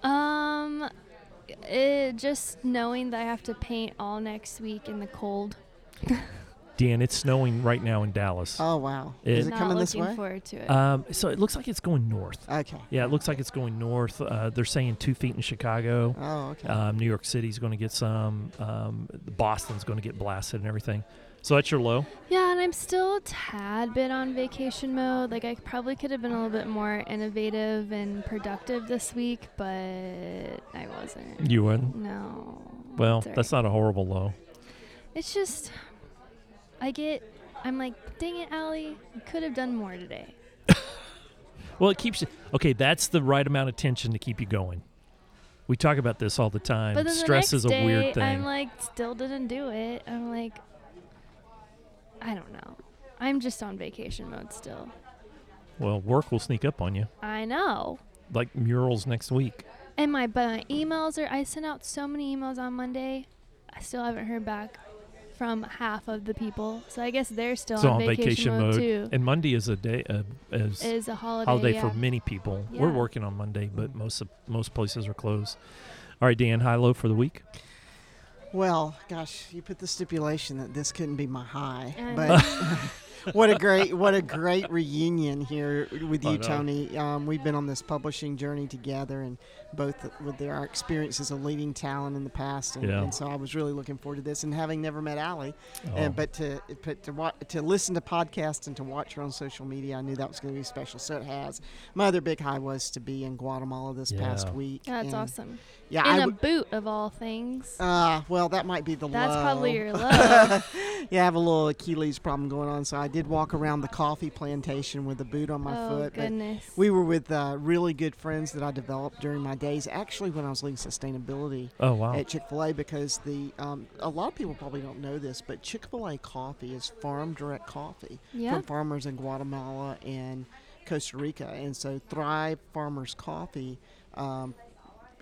S3: Um, it, just knowing that I have to paint all next week in the cold.
S1: Dan, it's snowing right now in Dallas.
S2: oh wow!
S1: It-
S2: Is it
S3: Not
S2: coming
S3: looking
S2: this way?
S3: forward to it.
S1: Um, so it looks like it's going north.
S2: Okay.
S1: Yeah, it looks like it's going north. Uh, they're saying two feet in Chicago.
S2: Oh, okay.
S1: Um, New York City's going to get some. Um, Boston's going to get blasted and everything. So that's your low.
S3: yeah, and I'm still a tad bit on vacation mode. Like I probably could have been a little bit more innovative and productive this week, but I wasn't.
S1: You win.
S3: No.
S1: Well,
S3: it's all
S1: that's
S3: right.
S1: not a horrible low.
S3: It's just, I get. I'm like, dang it, Allie, you could have done more today.
S1: Well, it keeps you. Okay, that's the right amount of tension to keep you going. We talk about this all the time.
S3: But then
S1: Stress
S3: the
S1: is
S3: next
S1: a
S3: day,
S1: weird thing.
S3: I'm like, still didn't do it. I'm like, I don't know. I'm just on vacation mode still.
S1: well, work will sneak up on you,
S3: I know.
S1: like murals next week.
S3: And my but my emails are. I sent out so many emails on Monday. I still haven't heard back from half of the people. So I guess they're still
S1: so
S3: on, vacation, mode, too.
S1: And Monday is a day uh, is
S3: It is a holiday.
S1: holiday
S3: yeah.
S1: for many people. We're
S3: Yeah.
S1: working on Monday, but most of, most places are closed. All right, Dan, high low for the week.
S2: well, gosh, you put the stipulation that this couldn't be my high,
S3: I
S2: but what a great what a great reunion here with
S1: I
S2: you,
S1: know.
S2: Tony. Um, we've been on this publishing journey together, and both with their, our experiences of leading talent in the past, and,
S1: Yeah.
S2: and so I was really looking forward to this. And having never met Allie,
S1: Oh.
S2: and, but to but to wa- to listen to podcasts and to watch her on social media, I knew that was going to be special. So it has. My other big high was to be in Guatemala this past
S1: Yeah.
S2: week.
S3: That's
S2: and-
S3: awesome.
S2: Yeah,
S3: In
S2: I
S3: a
S2: would-
S3: boot of all things.
S2: uh, Ah, well, that might be the
S3: That's
S2: low.
S3: probably your low.
S2: yeah, I have a little Achilles problem going on, so I did walk around the coffee plantation with a boot on my
S3: oh
S2: foot. but
S3: goodness.
S2: We were with uh, really good friends that I developed during my days, actually, when I was leading sustainability
S1: Oh wow.
S2: at Chick Fil A, because the um, a lot of people probably don't know this, but Chick Fil A coffee is farm direct coffee
S3: yeah.
S2: from farmers in Guatemala and Costa Rica, and so Thrive Farmers Coffee. Um,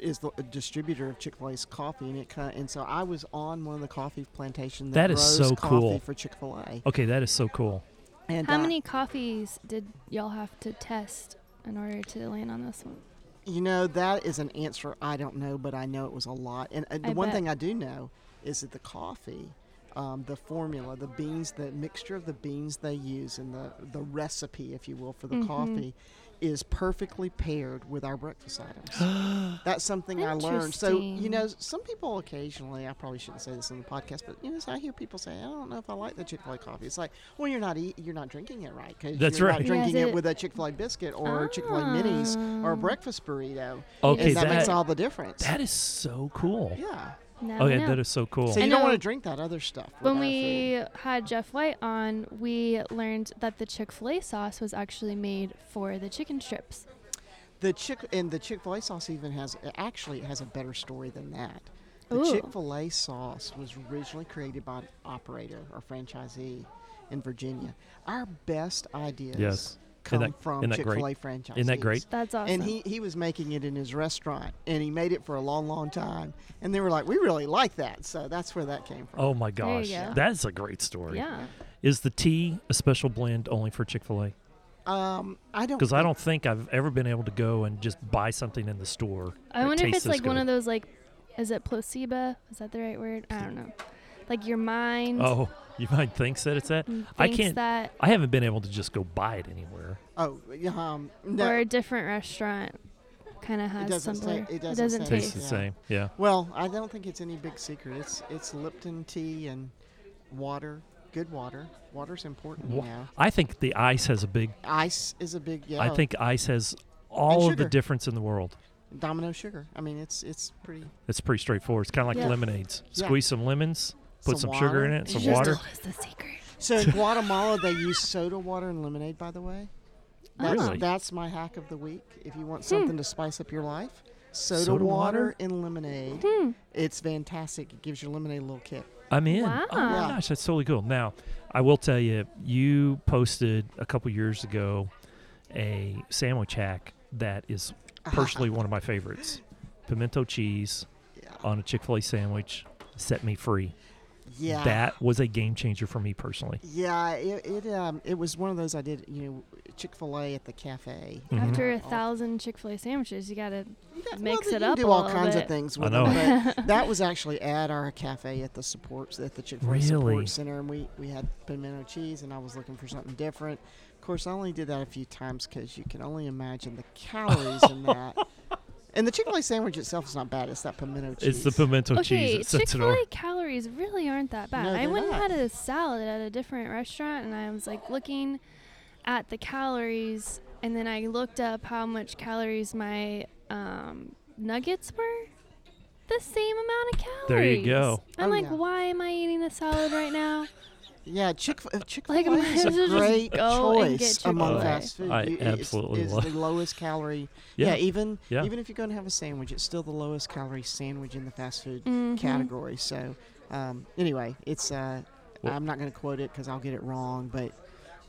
S2: is the distributor of Chick Fil A's coffee, and it kind and so I was on one of the coffee plantations that,
S1: That is
S2: grows
S1: so
S2: coffee
S1: cool.
S2: for Chick Fil A.
S1: Okay, that is so cool.
S2: And
S3: How
S2: uh,
S3: many coffees did y'all have to test in order to land on this one?
S2: You know, that is an answer I don't know, but I know it was a lot. And uh, the
S3: I
S2: one
S3: bet.
S2: thing I do know is that the coffee, um, the formula, the beans, the mixture of the beans they use, and the, the recipe, if you will, for the
S3: Mhm.
S2: coffee is perfectly paired with our breakfast items. That's something I learned. So, you
S3: Interesting.
S2: know, some people occasionally, I probably shouldn't say this in the podcast, but you know, so I hear people say, I don't know if I like the Chick fil A coffee. It's like, well, you're not, eat, you're not drinking it right because
S1: That's
S2: you're
S1: right.
S2: not drinking
S3: Yes,
S2: it,
S3: it-
S2: with a Chick fil A biscuit or Chick fil A minis or a
S3: Ah.
S2: breakfast burrito.
S1: Okay,
S2: And that, makes
S1: that-
S2: all the difference.
S1: That is so cool.
S2: yeah.
S3: Now
S1: Oh
S3: I
S1: yeah,
S3: know.
S1: that is so cool.
S2: So you
S3: I
S2: don't want
S3: know.
S2: to drink that other stuff. with
S3: When
S2: our
S3: we had Jeff White on, we learned that the Chick fil A sauce was actually made for the chicken strips.
S2: food. the chick and the Chick Fil A sauce even has actually it has a better story than that. The
S3: Ooh.
S2: Chick Fil A sauce was originally created by an operator or franchisee in Virginia. Our best ideas
S1: Yes.
S2: come
S1: that-
S2: from
S1: isn't that
S2: Chick
S1: great?
S2: Fil A franchisees.
S1: Isn't that great?
S3: That's awesome.
S2: And he, he was making it in his restaurant, and he made it for a long, long time. And they were like, "We really like that," so that's where that came from.
S1: Oh my
S3: There
S1: gosh,
S3: you go.
S1: that's a great story.
S3: yeah.
S1: Is the tea a special blend only for Chick Fil A?
S2: Um, I don't
S1: Oh. Because I
S2: think-
S1: don't think I've ever been able to go and just buy something in the store.
S3: I
S1: that
S3: wonder if
S1: tastes
S3: it's
S1: this
S3: like one
S1: good.
S3: of those like, is it placebo? Is that the right word? I don't know. Like your mind
S2: Mm.
S1: Oh, you might think that it's that.
S3: thinks
S1: I can't.
S3: that,
S1: I haven't been able to just go buy it anywhere.
S2: Oh, yeah, um, no.
S3: or a different restaurant kind of has
S2: doesn't
S3: something.
S2: ta- it doesn't
S1: It
S2: taste-
S1: tastes the
S2: yeah.
S1: same. Yeah.
S2: Well, I don't think it's any big secret. It's it's Lipton tea and water, good water. Water's important
S1: Wa-
S2: now.
S1: I think the ice has a big.
S2: Ice is a big yeah.
S1: I think ice has all of the
S2: sugar.
S1: difference in the world.
S2: Domino sugar. I mean, it's it's pretty.
S1: It's pretty straightforward. It's kind of like
S3: Yeah.
S1: lemonades.
S2: Yeah.
S1: Squeeze some lemons, put some,
S2: Some
S1: sugar
S2: water.
S1: in it, some
S3: You just
S1: water.
S3: told us the secret.
S2: So in Guatemala, they use soda water and lemonade. By the way,
S3: Oh.
S2: that's
S1: Really?
S2: that's my hack of the week. If you want something to spice up your life, soda,
S1: Soda
S2: water,
S1: water?
S2: and lemonade. It's fantastic. It gives your lemonade a little kick.
S1: I'm in. Oh my
S3: Wow.
S1: gosh, that's totally cool. Now, I will tell you, you posted a couple years ago a sandwich hack that is
S2: Ah, Uh-huh.
S1: personally uh, one of my favorites. Pimento cheese
S2: Yeah.
S1: on a Chick fil A sandwich set me free.
S2: Yeah.
S1: That was a game changer for me personally.
S2: Yeah, it it, um, it was one of those I did. You know, Chick Fil A at the cafe.
S1: Mhm.
S3: After a
S2: All-
S3: thousand Chick fil A sandwiches, you got to
S2: Yeah,
S3: mix
S2: well,
S3: it
S2: you
S3: up
S2: Do
S3: a
S2: all
S3: little
S2: kinds of
S3: bit.
S2: things
S1: I
S2: with
S1: know.
S2: them. But that was actually at our cafe at the support at the Chick Fil A
S1: Really?
S2: support center, and we we had pimento cheese, and I was looking for something different. Of course, I only did that a few times because you can only imagine the calories in that. And the Chick Fil A sandwich itself is not bad. It's that pimento cheese.
S1: It's the pimento cheese
S3: Okay,
S1: that sets
S3: Chick
S1: it
S3: Fil
S1: over.
S3: A calories really aren't that bad.
S2: No,
S3: I
S2: they're
S3: went and
S2: not.
S3: had a salad at a different restaurant, and I was like looking at the calories, and then I looked up how much calories my um, nuggets were. The same amount of calories.
S1: There you go.
S3: I'm
S2: Oh,
S3: like,
S2: yeah.
S3: why am I eating a salad right now?
S2: Yeah, Chick Chick Fil
S3: Like,
S2: A
S3: might
S2: is a
S3: as well just
S2: great
S3: go and get
S2: choice among
S1: Chick-fil-A.
S2: fast food.
S1: I
S2: You- it's-
S1: absolutely
S2: it's,
S1: love-
S2: the lowest calorie.
S1: Yeah.
S2: Yeah, even
S1: Yeah.
S2: even if you're going to have a sandwich, it's still the lowest calorie sandwich in the fast food
S3: Mhm.
S2: category. So, um, anyway, it's uh,
S1: Well-
S2: I'm not going to quote it because I'll get it wrong, but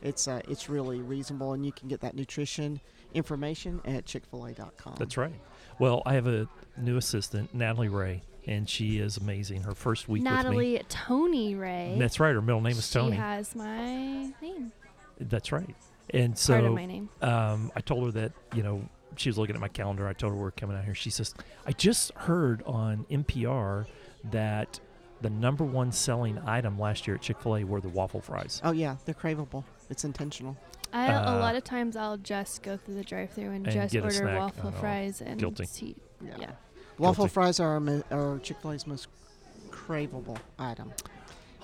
S2: it's uh, it's really reasonable, and you can get that nutrition information at chickfil-a.com.
S1: That's right. Well, I have a new assistant, Natalie Ray, and she is amazing. Her first week with me.
S3: Natalie Tony Ray.
S1: That's right. Her middle name is Tony.
S3: She has my name.
S1: That's right. And so
S3: part of my name.
S1: um, I told her that, you know, she was looking at my calendar. I told her we are coming out here. She says, I just heard on NPR that the number one selling item last year at Chick fil A were the waffle fries.
S2: Oh yeah, they're craveable. It's intentional.
S3: I,
S1: Uh,
S3: a lot of times I'll just go through the drive-through and,
S1: and
S3: just
S1: get a
S3: order
S1: snack.
S3: waffle
S1: Oh,
S3: fries and
S1: guilty.
S3: tea.
S2: Yeah.
S3: Yeah.
S2: Waffle
S1: Guilty.
S2: fries are, our mo- are Chick-fil-A's most craveable item.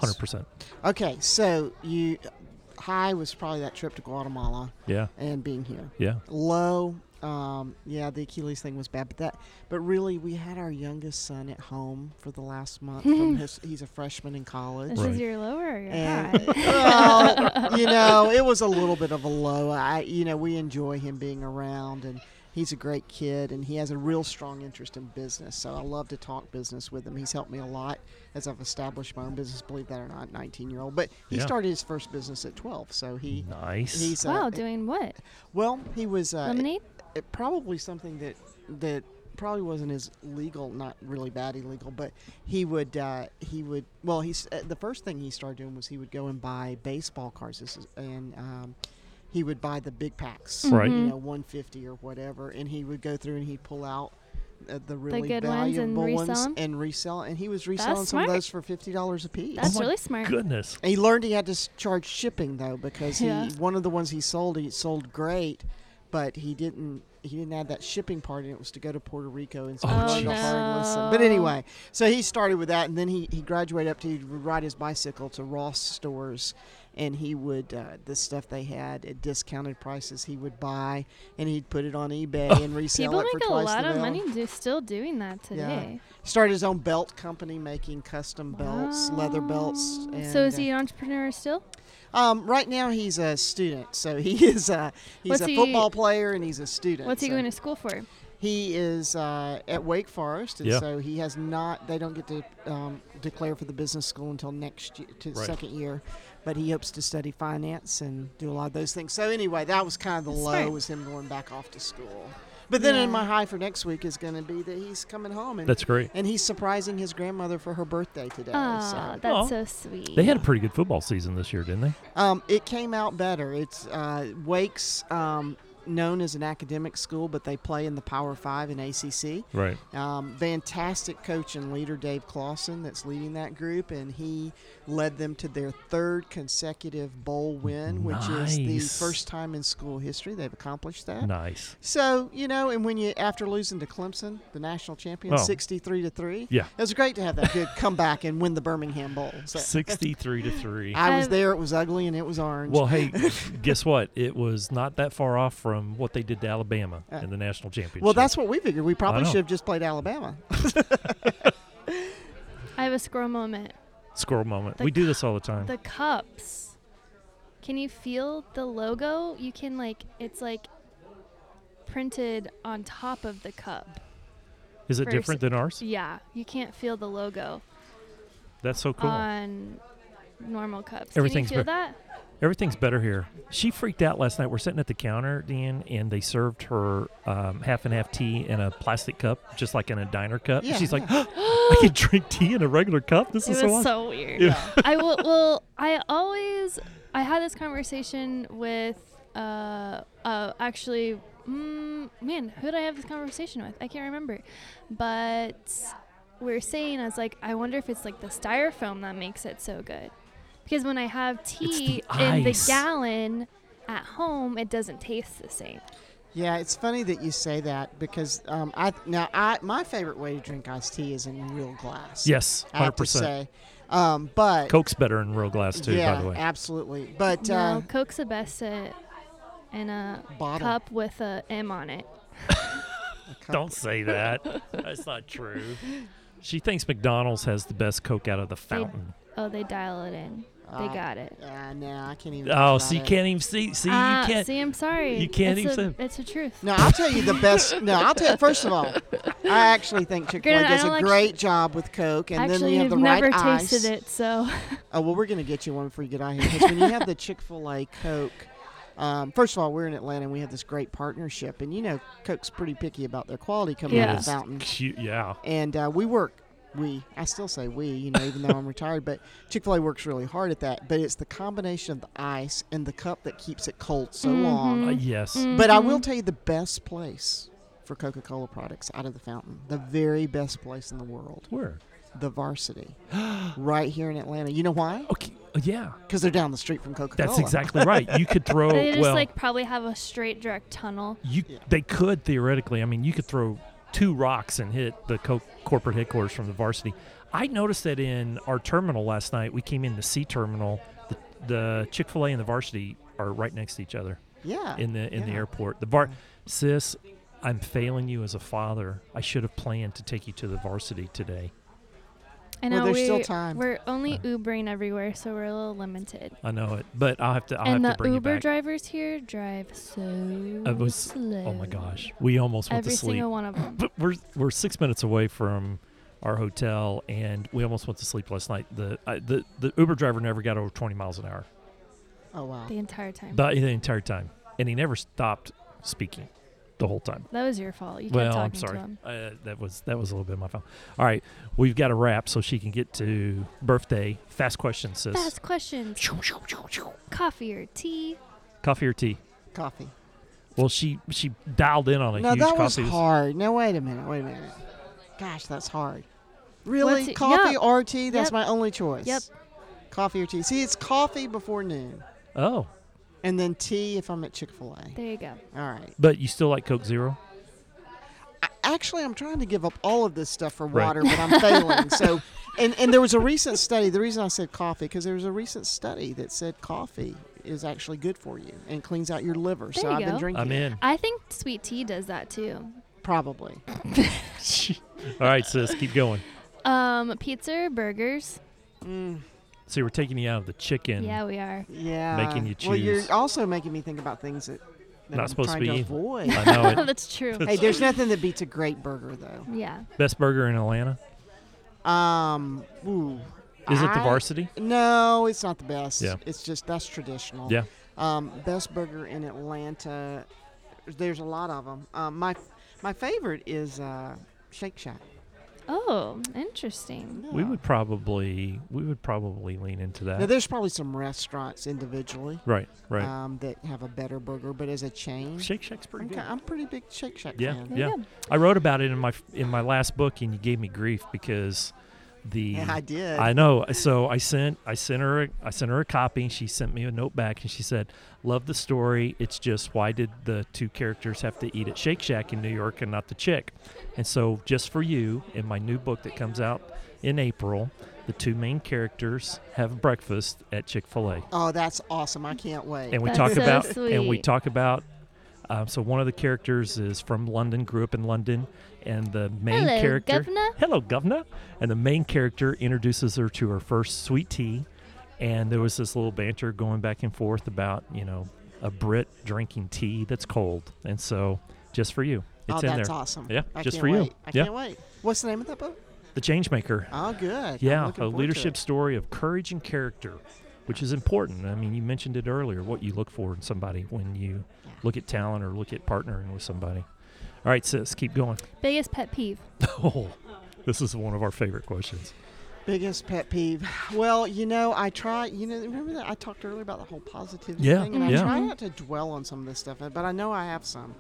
S1: 100%.
S2: Okay, so you high was probably that trip to Guatemala
S1: Yeah.
S2: and being here.
S1: Yeah.
S2: Low, um, yeah, the Achilles thing was bad, but that, but really, we had our youngest son at home for the last month. from his, he's a freshman in college.
S3: This
S1: Right.
S3: is your lower. You're
S2: And,
S3: high.
S2: well, you know, it was a little bit of a low. I, you know, we enjoy him being around, and he's a great kid, and he has a real strong interest in business. So I love to talk business with him. He's helped me a lot as I've established my own business. Believe that or not, 19 year old, but he
S1: Yeah.
S2: started his first business at 12. So he,
S1: Nice.
S2: he's
S3: wow,
S2: uh,
S3: doing what?
S2: well, he was uh,
S3: Lemonade?
S2: it probably something that that probably wasn't as legal not really bad illegal but he would uh, he would well he's uh, the first thing he started doing was he would go and buy baseball cards this is, and um, he would buy the big packs
S1: Right.
S2: you
S3: Mm-hmm.
S2: know 150 or whatever and he would go through and he'd pull out uh, the really
S3: good ones and
S2: valuable
S3: resell 'em?
S2: and resell and he was reselling some
S3: smart.
S2: of those for $50 a piece
S3: That's
S1: my
S3: really smart.
S1: Goodness.
S2: he learned he had to s- charge shipping though because
S3: Yeah.
S2: he one of the ones he sold he sold great, but he didn't he didn't add that shipping part and it was to go to Puerto Rico and so he
S1: Oh,
S2: learned a hard lesson. But
S3: no.
S2: anyway, so he started with that and then he, he graduated up to he'd ride his bicycle to Ross stores and he would uh, the stuff they had at discounted prices he would buy and he'd put it on eBay and resell
S3: People
S2: it for
S3: make a
S2: twice
S3: lot
S2: the
S3: of
S2: value.
S3: money do, still doing that today.
S2: Started his own belt company making custom belts, leather belts.
S3: Wow.
S2: And,
S3: Oh. so is
S2: uh,
S3: he an entrepreneur still?
S2: Um, right now he's a student, so he is a he's
S3: What's
S2: a
S3: he-
S2: football player and he's a student.
S3: What's he
S2: so
S3: going to school for?
S2: He is uh, at Wake Forest, and
S1: Yeah.
S2: so he has not. They don't get to um, declare for the business school until next year, to the
S1: Right.
S2: second year, but he hopes to study finance and do a lot of those things. So anyway, that was kind of the
S3: That's
S2: low
S3: smart.
S2: was him going back off to school. But then
S3: Yeah.
S2: in my high for next week is going to be that he's coming home and
S1: That's great.
S2: and he's surprising his grandmother for her birthday today.
S3: Oh,
S2: so.
S3: that's
S1: Aw.
S3: so sweet.
S1: They had a pretty good football season this year, didn't they?
S2: Um, it came out better. It's uh, Wake's um, known as an academic school, but they play in the Power Five and ACC.
S1: Right.
S2: Um, fantastic coach and leader Dave Clausen that's leading that group, and he led them to their third consecutive bowl win, which
S1: Nice.
S2: is the first time in school history they've accomplished that.
S1: Nice.
S2: So you know, and when you after losing to Clemson, the national champion,
S1: Oh.
S2: sixty-three to three,
S1: Yeah.
S2: it was great to have that good comeback and win the Birmingham Bowl. So
S1: 63 to 3.
S2: I was
S3: I've-
S2: there; it was ugly and it was orange.
S1: Well, hey, guess what? It was not that far off from what they did to Alabama in the national championship.
S2: Uh, Well, that's what we figured. We probably
S1: know.
S2: should have just played Alabama.
S3: I have a squirrel moment.
S1: squirrel moment.
S3: the
S1: we do this all the time.
S3: The cups. Can you feel the logo? You can like it's like printed on top of the cup.
S1: Is it different
S3: versus-
S1: than ours?
S3: Yeah, you can't feel the logo
S1: That's so cool.
S3: Uh, on normal cups.
S1: Everything's
S3: Can you feel
S1: ver-
S3: that?
S1: Everything's better here. She freaked out last night. We're sitting at the counter, Dan, and they served her um, half and half tea in a plastic cup, just like in a diner cup.
S2: Yeah,
S1: Uh, She's like, I can drink tea in a regular cup. This
S3: It
S1: is so
S3: was
S1: awesome.
S3: so weird. I will. Well, I always. I had this conversation with. Uh, uh, actually, mm, man, who did I have this conversation with? I can't remember. But we were saying, I was like, I wonder if it's like the styrofoam that makes it so good, because when I have tea
S1: the
S3: in the
S1: ice.
S3: gallon at home, it doesn't taste the same.
S2: yeah, it's funny that you say that because um, I now I my favorite way to drink iced tea is in real glass.
S1: yes,
S2: I have to
S1: 100%.
S2: say, um, but
S1: Coke's better in real glass, too,
S2: yeah,
S1: by the way.
S2: absolutely. But uh,
S3: no, Coke's the best at in a
S2: Bottle.
S3: cup with a M on it.
S1: Don't say that. That's not true. She thinks McDonald's has the best Coke out of the fountain.
S3: Oh, they dial it in. They
S2: Ah.
S3: got it.
S2: uh, no, I can't even. think
S1: Oh,
S2: about
S1: so you
S2: it.
S1: can't even see. See,
S3: Ah,
S1: you can't.
S3: See, I'm sorry.
S1: you can't
S3: it's
S1: even
S3: A, it's a truth.
S2: No, I'll tell you the best. No, I'll tell. First of all, I actually think Chick Fil A
S3: Granted, I
S2: does a
S3: don't actu-
S2: great job with Coke, and then
S3: Actually,
S2: you have
S3: you've
S2: the
S3: never
S2: right ice.
S3: tasted it, so
S2: Oh well, we're gonna get you one before you get out here because when you have the Chick Fil A Coke, um, first of all, we're in Atlanta and we have this great partnership, and you know Coke's pretty picky about their quality coming out of the
S3: Yeah.
S2: fountain,
S1: Cute, yeah.
S2: and uh, we work. We, I still say we, you know, even though I'm retired, but Chick fil A works really hard at that. But it's the combination of the ice and the cup that keeps it cold so long.
S1: Uh,
S3: Mm-hmm.
S1: yes.
S2: But I will tell you the best place for Coca Cola products out of the fountain, the very best place in the world,
S1: Where?
S2: the varsity, right here in Atlanta. You know why?
S1: Okay. uh, Yeah.
S2: Because they're down the street from Coca Cola.
S1: That's exactly right. You could throw.
S3: Oh. they just
S1: Oh, well,
S3: like probably have a straight direct tunnel.
S1: you
S2: Yeah.
S1: they could theoretically. I mean, you could throw two rocks and hit the co- corporate headquarters from the varsity. I noticed that in our terminal last night. We came in the C terminal. The, the Chick Fil A and the varsity are right next to each other.
S2: Yeah.
S1: in the in the
S2: yeah. Mm-hmm.
S1: airport. The bar,
S2: Yeah.
S1: sis, I'm failing you as a father. I should have planned to take you to the varsity today.
S3: I
S2: Well,
S3: know
S2: there's
S3: we,
S2: still time.
S3: we're only
S1: Uh.
S3: Ubering everywhere, so we're a little limited.
S1: I know it, but I'll have to. I'll
S3: and
S1: have
S3: the
S1: to bring
S3: Uber
S1: you back.
S3: drivers here drive so
S1: I was-
S3: slow.
S1: oh my gosh, we almost went
S3: Every
S1: to sleep.
S3: single one of them.
S1: But we're we're six minutes away from our hotel, and we almost went to sleep last night. The I the the Uber driver never got over 20 miles an hour
S2: Oh wow.
S3: the entire time.
S1: the, the entire time, and he never stopped speaking the whole time.
S3: that was your fault. You kept
S1: Well,
S3: talking
S1: I'm sorry.
S3: to him.
S1: Uh, that was that was a little bit my fault. All right, we've got to wrap so she can get to birthday. Fast question, sis.
S3: Fast questions. Coffee or tea?
S1: Coffee or tea?
S2: Coffee.
S1: Well, she she dialed in on a
S2: No,
S1: huge
S2: that was
S1: coffee.
S2: hard. No, wait a minute. Wait a minute. Gosh, that's hard. Really,
S3: What's it-
S2: coffee
S3: Yep.
S2: or tea? That's
S3: Yep.
S2: my only choice.
S3: Yep.
S2: Coffee or tea. See, it's coffee before noon,
S1: Oh,
S2: and then tea if I'm at Chick Fil A.
S3: There you go.
S2: All right.
S1: but you still like Coke Zero?
S2: I- actually I'm trying to give up all of this stuff for
S1: Right.
S2: water, but I'm failing. So, and and there was a recent study. The reason I said coffee because there was a recent study that said coffee is actually good for you and cleans out your liver. so
S3: There you
S2: I've been
S3: go.
S2: drinking.
S1: I'm
S2: it.
S1: in.
S3: I think sweet tea does that too.
S2: Probably.
S1: All right, sis, keep going.
S3: Um, pizza or burgers?
S2: Mm,
S1: So you were taking me out of the chicken.
S3: Yeah, we are.
S2: yeah.
S1: Making you
S2: Well, you're
S1: choose.
S2: also making me think about things that, that
S1: Not
S2: I'm
S1: supposed to
S2: trying
S1: be either.
S2: avoid.
S1: Oh, I know it.
S3: That's true.
S2: hey, there's nothing that beats a great burger though.
S3: yeah.
S1: Best burger in Atlanta.
S2: Um. Ooh.
S1: Is it the
S2: I-
S1: Varsity?
S2: No, it's not the best.
S1: Yeah.
S2: It's just that's traditional.
S1: Yeah.
S2: Um, best burger in Atlanta. There's a lot of them. Um, my my favorite is uh, Shake Shack.
S3: Oh, interesting.
S1: We
S2: Yeah.
S1: would probably we would probably lean into that.
S2: Now there's probably some restaurants individually
S1: right, right.
S2: um, that have a better burger, but as a chain,
S1: Shake Shack's pretty
S2: I'm,
S1: good.
S2: ki- I'm pretty big Shake Shack
S1: Yeah.
S2: fan.
S3: There
S1: Yeah.
S3: you go.
S1: I wrote about it in my in my last book, and you gave me grief because the
S2: Yeah, I did.
S1: I know. So I sent I sent her a, I sent her a copy. And she sent me a note back, and she said, "Love the story. It's just why did the two characters have to eat at Shake Shack in New York and not the chick?" And so, just for you, in my new book that comes out in April, the two main characters have breakfast at Chick Fil A,
S2: oh, that's awesome! I can't wait.
S1: and we
S3: That's
S1: talk
S3: so
S1: about and we
S3: sweet.
S1: talk about. Um, so one of the characters is from London, grew up in London, and the main
S3: Hello,
S1: character.
S3: governor.
S1: Hello, Governor. And the main character introduces her to her first sweet tea. And there was this little banter going back and forth about, you know, a Brit drinking tea that's cold. And so, just for you,
S2: oh,
S1: it's in
S2: that's
S1: there.
S2: awesome!
S1: Yeah,
S2: I
S1: just
S2: can't
S1: for you.
S2: wait. I
S1: Yeah.
S2: can't wait. What's the name of that book?
S1: The Changemaker.
S2: Oh, good. I'm
S1: yeah,
S2: looking
S1: a
S2: forward to
S1: leadership
S2: it.
S1: story of courage and character, which is important. I mean, you mentioned it earlier what you look for in somebody when you
S2: Yeah.
S1: look at talent or look at partnering with somebody. All right, sis, keep going.
S3: Biggest pet peeve.
S1: Oh, this is one of our favorite questions.
S2: Biggest pet peeve. Well, you know, I try. You know, remember that I talked earlier about the whole positivity
S1: Yeah,
S2: thing, and
S1: yeah.
S2: I try not to dwell on some of this stuff, but I know I have some.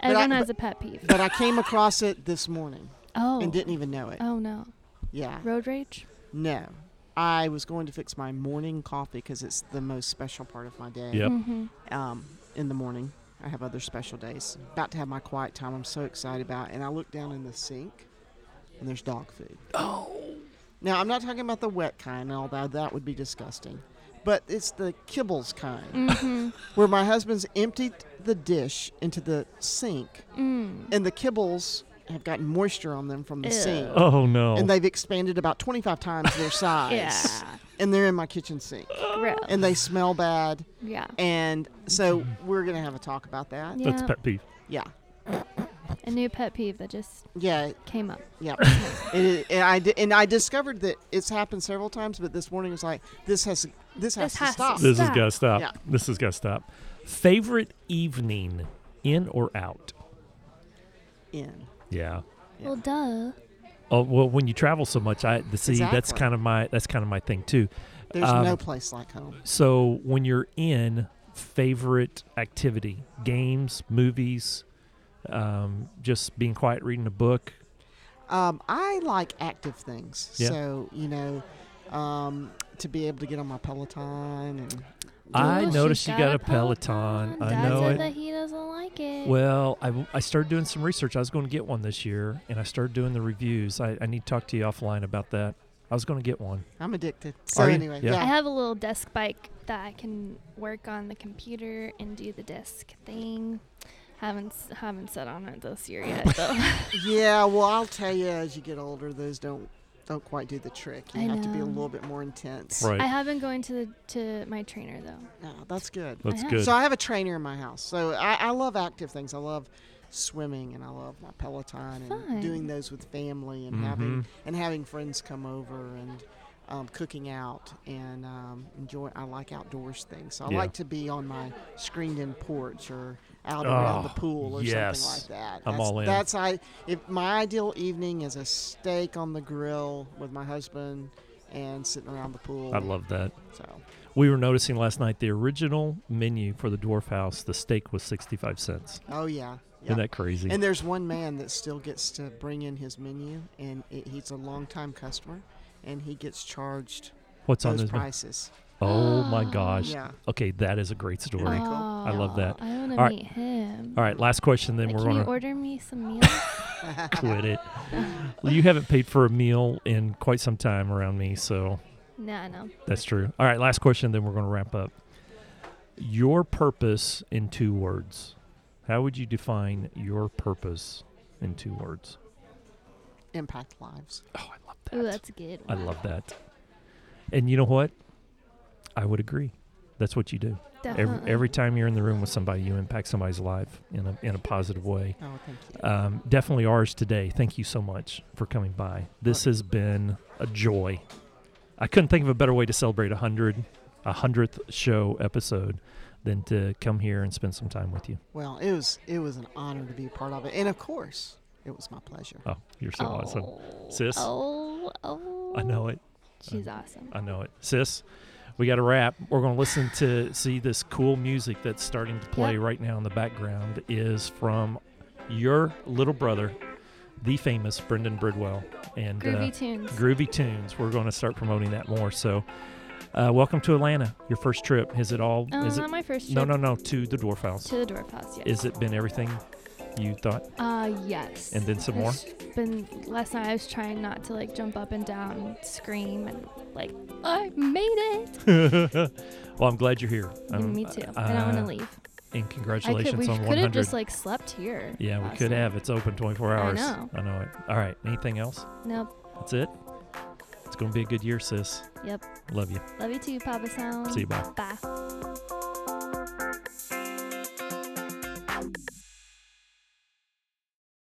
S3: Everyone
S2: I-
S3: has a pet peeve.
S2: But I came across it this morning
S3: Oh.
S2: and didn't even know it.
S3: oh no.
S2: Yeah,
S3: Road rage.
S2: no. I was going to fix my morning coffee because it's the most special part of my day.
S1: Yep.
S3: Mm-hmm.
S2: Um, in the morning, I have other special days. About to have my quiet time. I'm so excited about, and I look down in the sink, and there's dog food.
S1: Oh,
S2: Now, I'm not talking about the wet kind, although that would be disgusting. But it's the kibbles kind,
S3: Mm-hmm.
S2: where my husband's emptied the dish into the sink,
S3: mm.
S2: and the kibbles have gotten moisture on them from the
S3: Ew.
S2: sink.
S1: oh no.
S2: And they've expanded about 25 times their size.
S3: Yeah.
S2: And they're in my kitchen sink.
S3: Gross.
S2: And they smell bad.
S3: yeah.
S2: And so
S3: Mm.
S2: we're going to have a talk about that.
S3: Yeah.
S1: That's pet peeve.
S2: Yeah.
S3: A new pet peeve that just
S2: Yeah.
S3: came up.
S2: Yeah, It- and I di- and I discovered that it's happened several times, but this morning was like this has this has
S3: This
S2: to
S3: has to
S2: stop.
S1: This has
S3: Stop.
S1: got to stop.
S2: Yeah.
S1: This has got to stop. Favorite evening, in or out?
S2: in.
S1: Yeah.
S2: Yeah.
S3: Well, duh.
S1: Oh well, when you travel so much, I the- see that's
S2: Exactly.
S1: kind of my that's kind of my thing too.
S2: There's
S1: Um,
S2: no place like home.
S1: So when you're in, favorite activity, games, movies, um, just being quiet, reading a book.
S2: Um, I like active things,
S1: Yeah.
S2: so you know, um, to be able to get on my Peloton and
S1: I
S3: Ooh,
S1: noticed
S3: she's
S1: you got a Peloton. I
S3: Dad
S1: know
S3: said
S1: it.
S3: that he doesn't like it.
S1: Well, I, w- I started doing some research. I was going to get one this year, and I started doing the reviews. I, I need to talk to you offline about that. I was going to get one.
S2: I'm addicted. So
S1: Are you?
S2: anyway,
S1: Yeah.
S2: yeah.
S3: I have a little desk bike that I can work on the computer and do the desk thing. Haven't s- haven't sat on it this year yet though.
S2: Yeah, well, I'll tell you, as you get older, those don't don't quite do the trick. You
S3: I
S2: have to be a
S3: know.
S2: little bit more intense.
S1: Right.
S3: I have been going to the, to my trainer though.
S2: Yeah, that's good.
S1: That's
S3: I have-
S1: good.
S2: So I have a trainer in my house. So I, I love active things. I love swimming and I love my Peloton and
S3: Fun.
S2: doing those with family
S1: Mm-hmm.
S2: and having and having friends come over and um, cooking out and um, enjoy. I like outdoors things. So I
S1: Yeah.
S2: like to be on my screened-in porch or out around the
S1: Oh,
S2: pool or
S1: yes.
S2: something like that.
S1: I'm
S2: that's,
S1: all in.
S2: That's I. If my ideal evening is a steak on the grill with my husband and sitting around the pool.
S1: I love that.
S2: so.
S1: We were noticing last night the original menu for the Dwarf House, the steak was 65 cents.
S2: Oh yeah. yeah.
S1: Isn't that crazy?
S2: And there's one man that still gets to bring in his menu, and it, he's a longtime customer, and he gets charged
S1: What's on
S2: those
S1: this? menu?
S2: prices.
S1: Oh my gosh.
S2: Yeah. Oh.
S1: Okay, that is a great story.
S2: cool.
S1: I love that.
S3: I want to
S1: All right.
S3: meet him.
S1: All right, last question then
S3: Like,
S1: we're
S3: can you
S1: going to
S3: order me some meals?
S1: quit it. Well, you haven't paid for a meal in quite some time around me, so
S3: no, no.
S1: that's true. All right, last question then we're going to wrap up. Your purpose in two words. How would you define your purpose in two words?
S2: Impact lives.
S1: Oh, I love that.
S3: Ooh, that's a good.
S1: I
S3: one.
S1: love that. And you know what? I would agree. That's what you do. Every,
S3: Definitely.
S1: every time you're in the room with somebody, you impact somebody's life in a, in a positive way.
S2: Oh, thank you.
S1: Um, definitely ours today. Thank you so much for coming by. This has been a joy. I couldn't think of a better way to celebrate a hundred, a hundredth show episode than to come here and spend some time with you.
S2: Well, it was it was an honor to be a part of it, and of course, it was my pleasure.
S1: Oh, you're so awesome.
S3: Oh,
S1: Sis.
S3: Oh, oh.
S1: I know it.
S3: She's awesome.
S1: I know it. Sis, we got to wrap. We're going to listen to see this cool music that's starting to play
S3: Yep.
S1: right now in the background is from your little brother, the famous Brendan Bridwell. And
S3: Groovy
S1: uh,
S3: tunes.
S1: Groovy Tunes. We're going to start promoting that more. So, uh, welcome to Atlanta. Your first trip. Is it all?
S3: Oh,
S1: is
S3: not
S1: it?
S3: my first
S1: No,
S3: trip
S1: no, no. To the Dwarf House.
S3: to the Dwarf House. Yes.
S1: Is it been everything you thought?
S3: Uh, yes.
S1: And then some more?
S3: It's Been last night I was trying not to like jump up and down, and scream, and like I made it.
S1: well, I'm glad you're here. Um,
S3: Me too. and I want
S1: uh,
S3: to leave.
S1: And
S3: I could. We
S1: congratulations on
S3: could
S1: 100.
S3: have just like slept here.
S1: yeah, we
S3: last
S1: could
S3: night.
S1: have. It's open 24
S3: I
S1: hours.
S3: know.
S1: I know it. All right. Anything else?
S3: Nope.
S1: That's it. It's going to be a good year, sis.
S3: Yep.
S1: Love you.
S3: Love you too, Papa Sound.
S1: See you. Bye.
S3: Bye.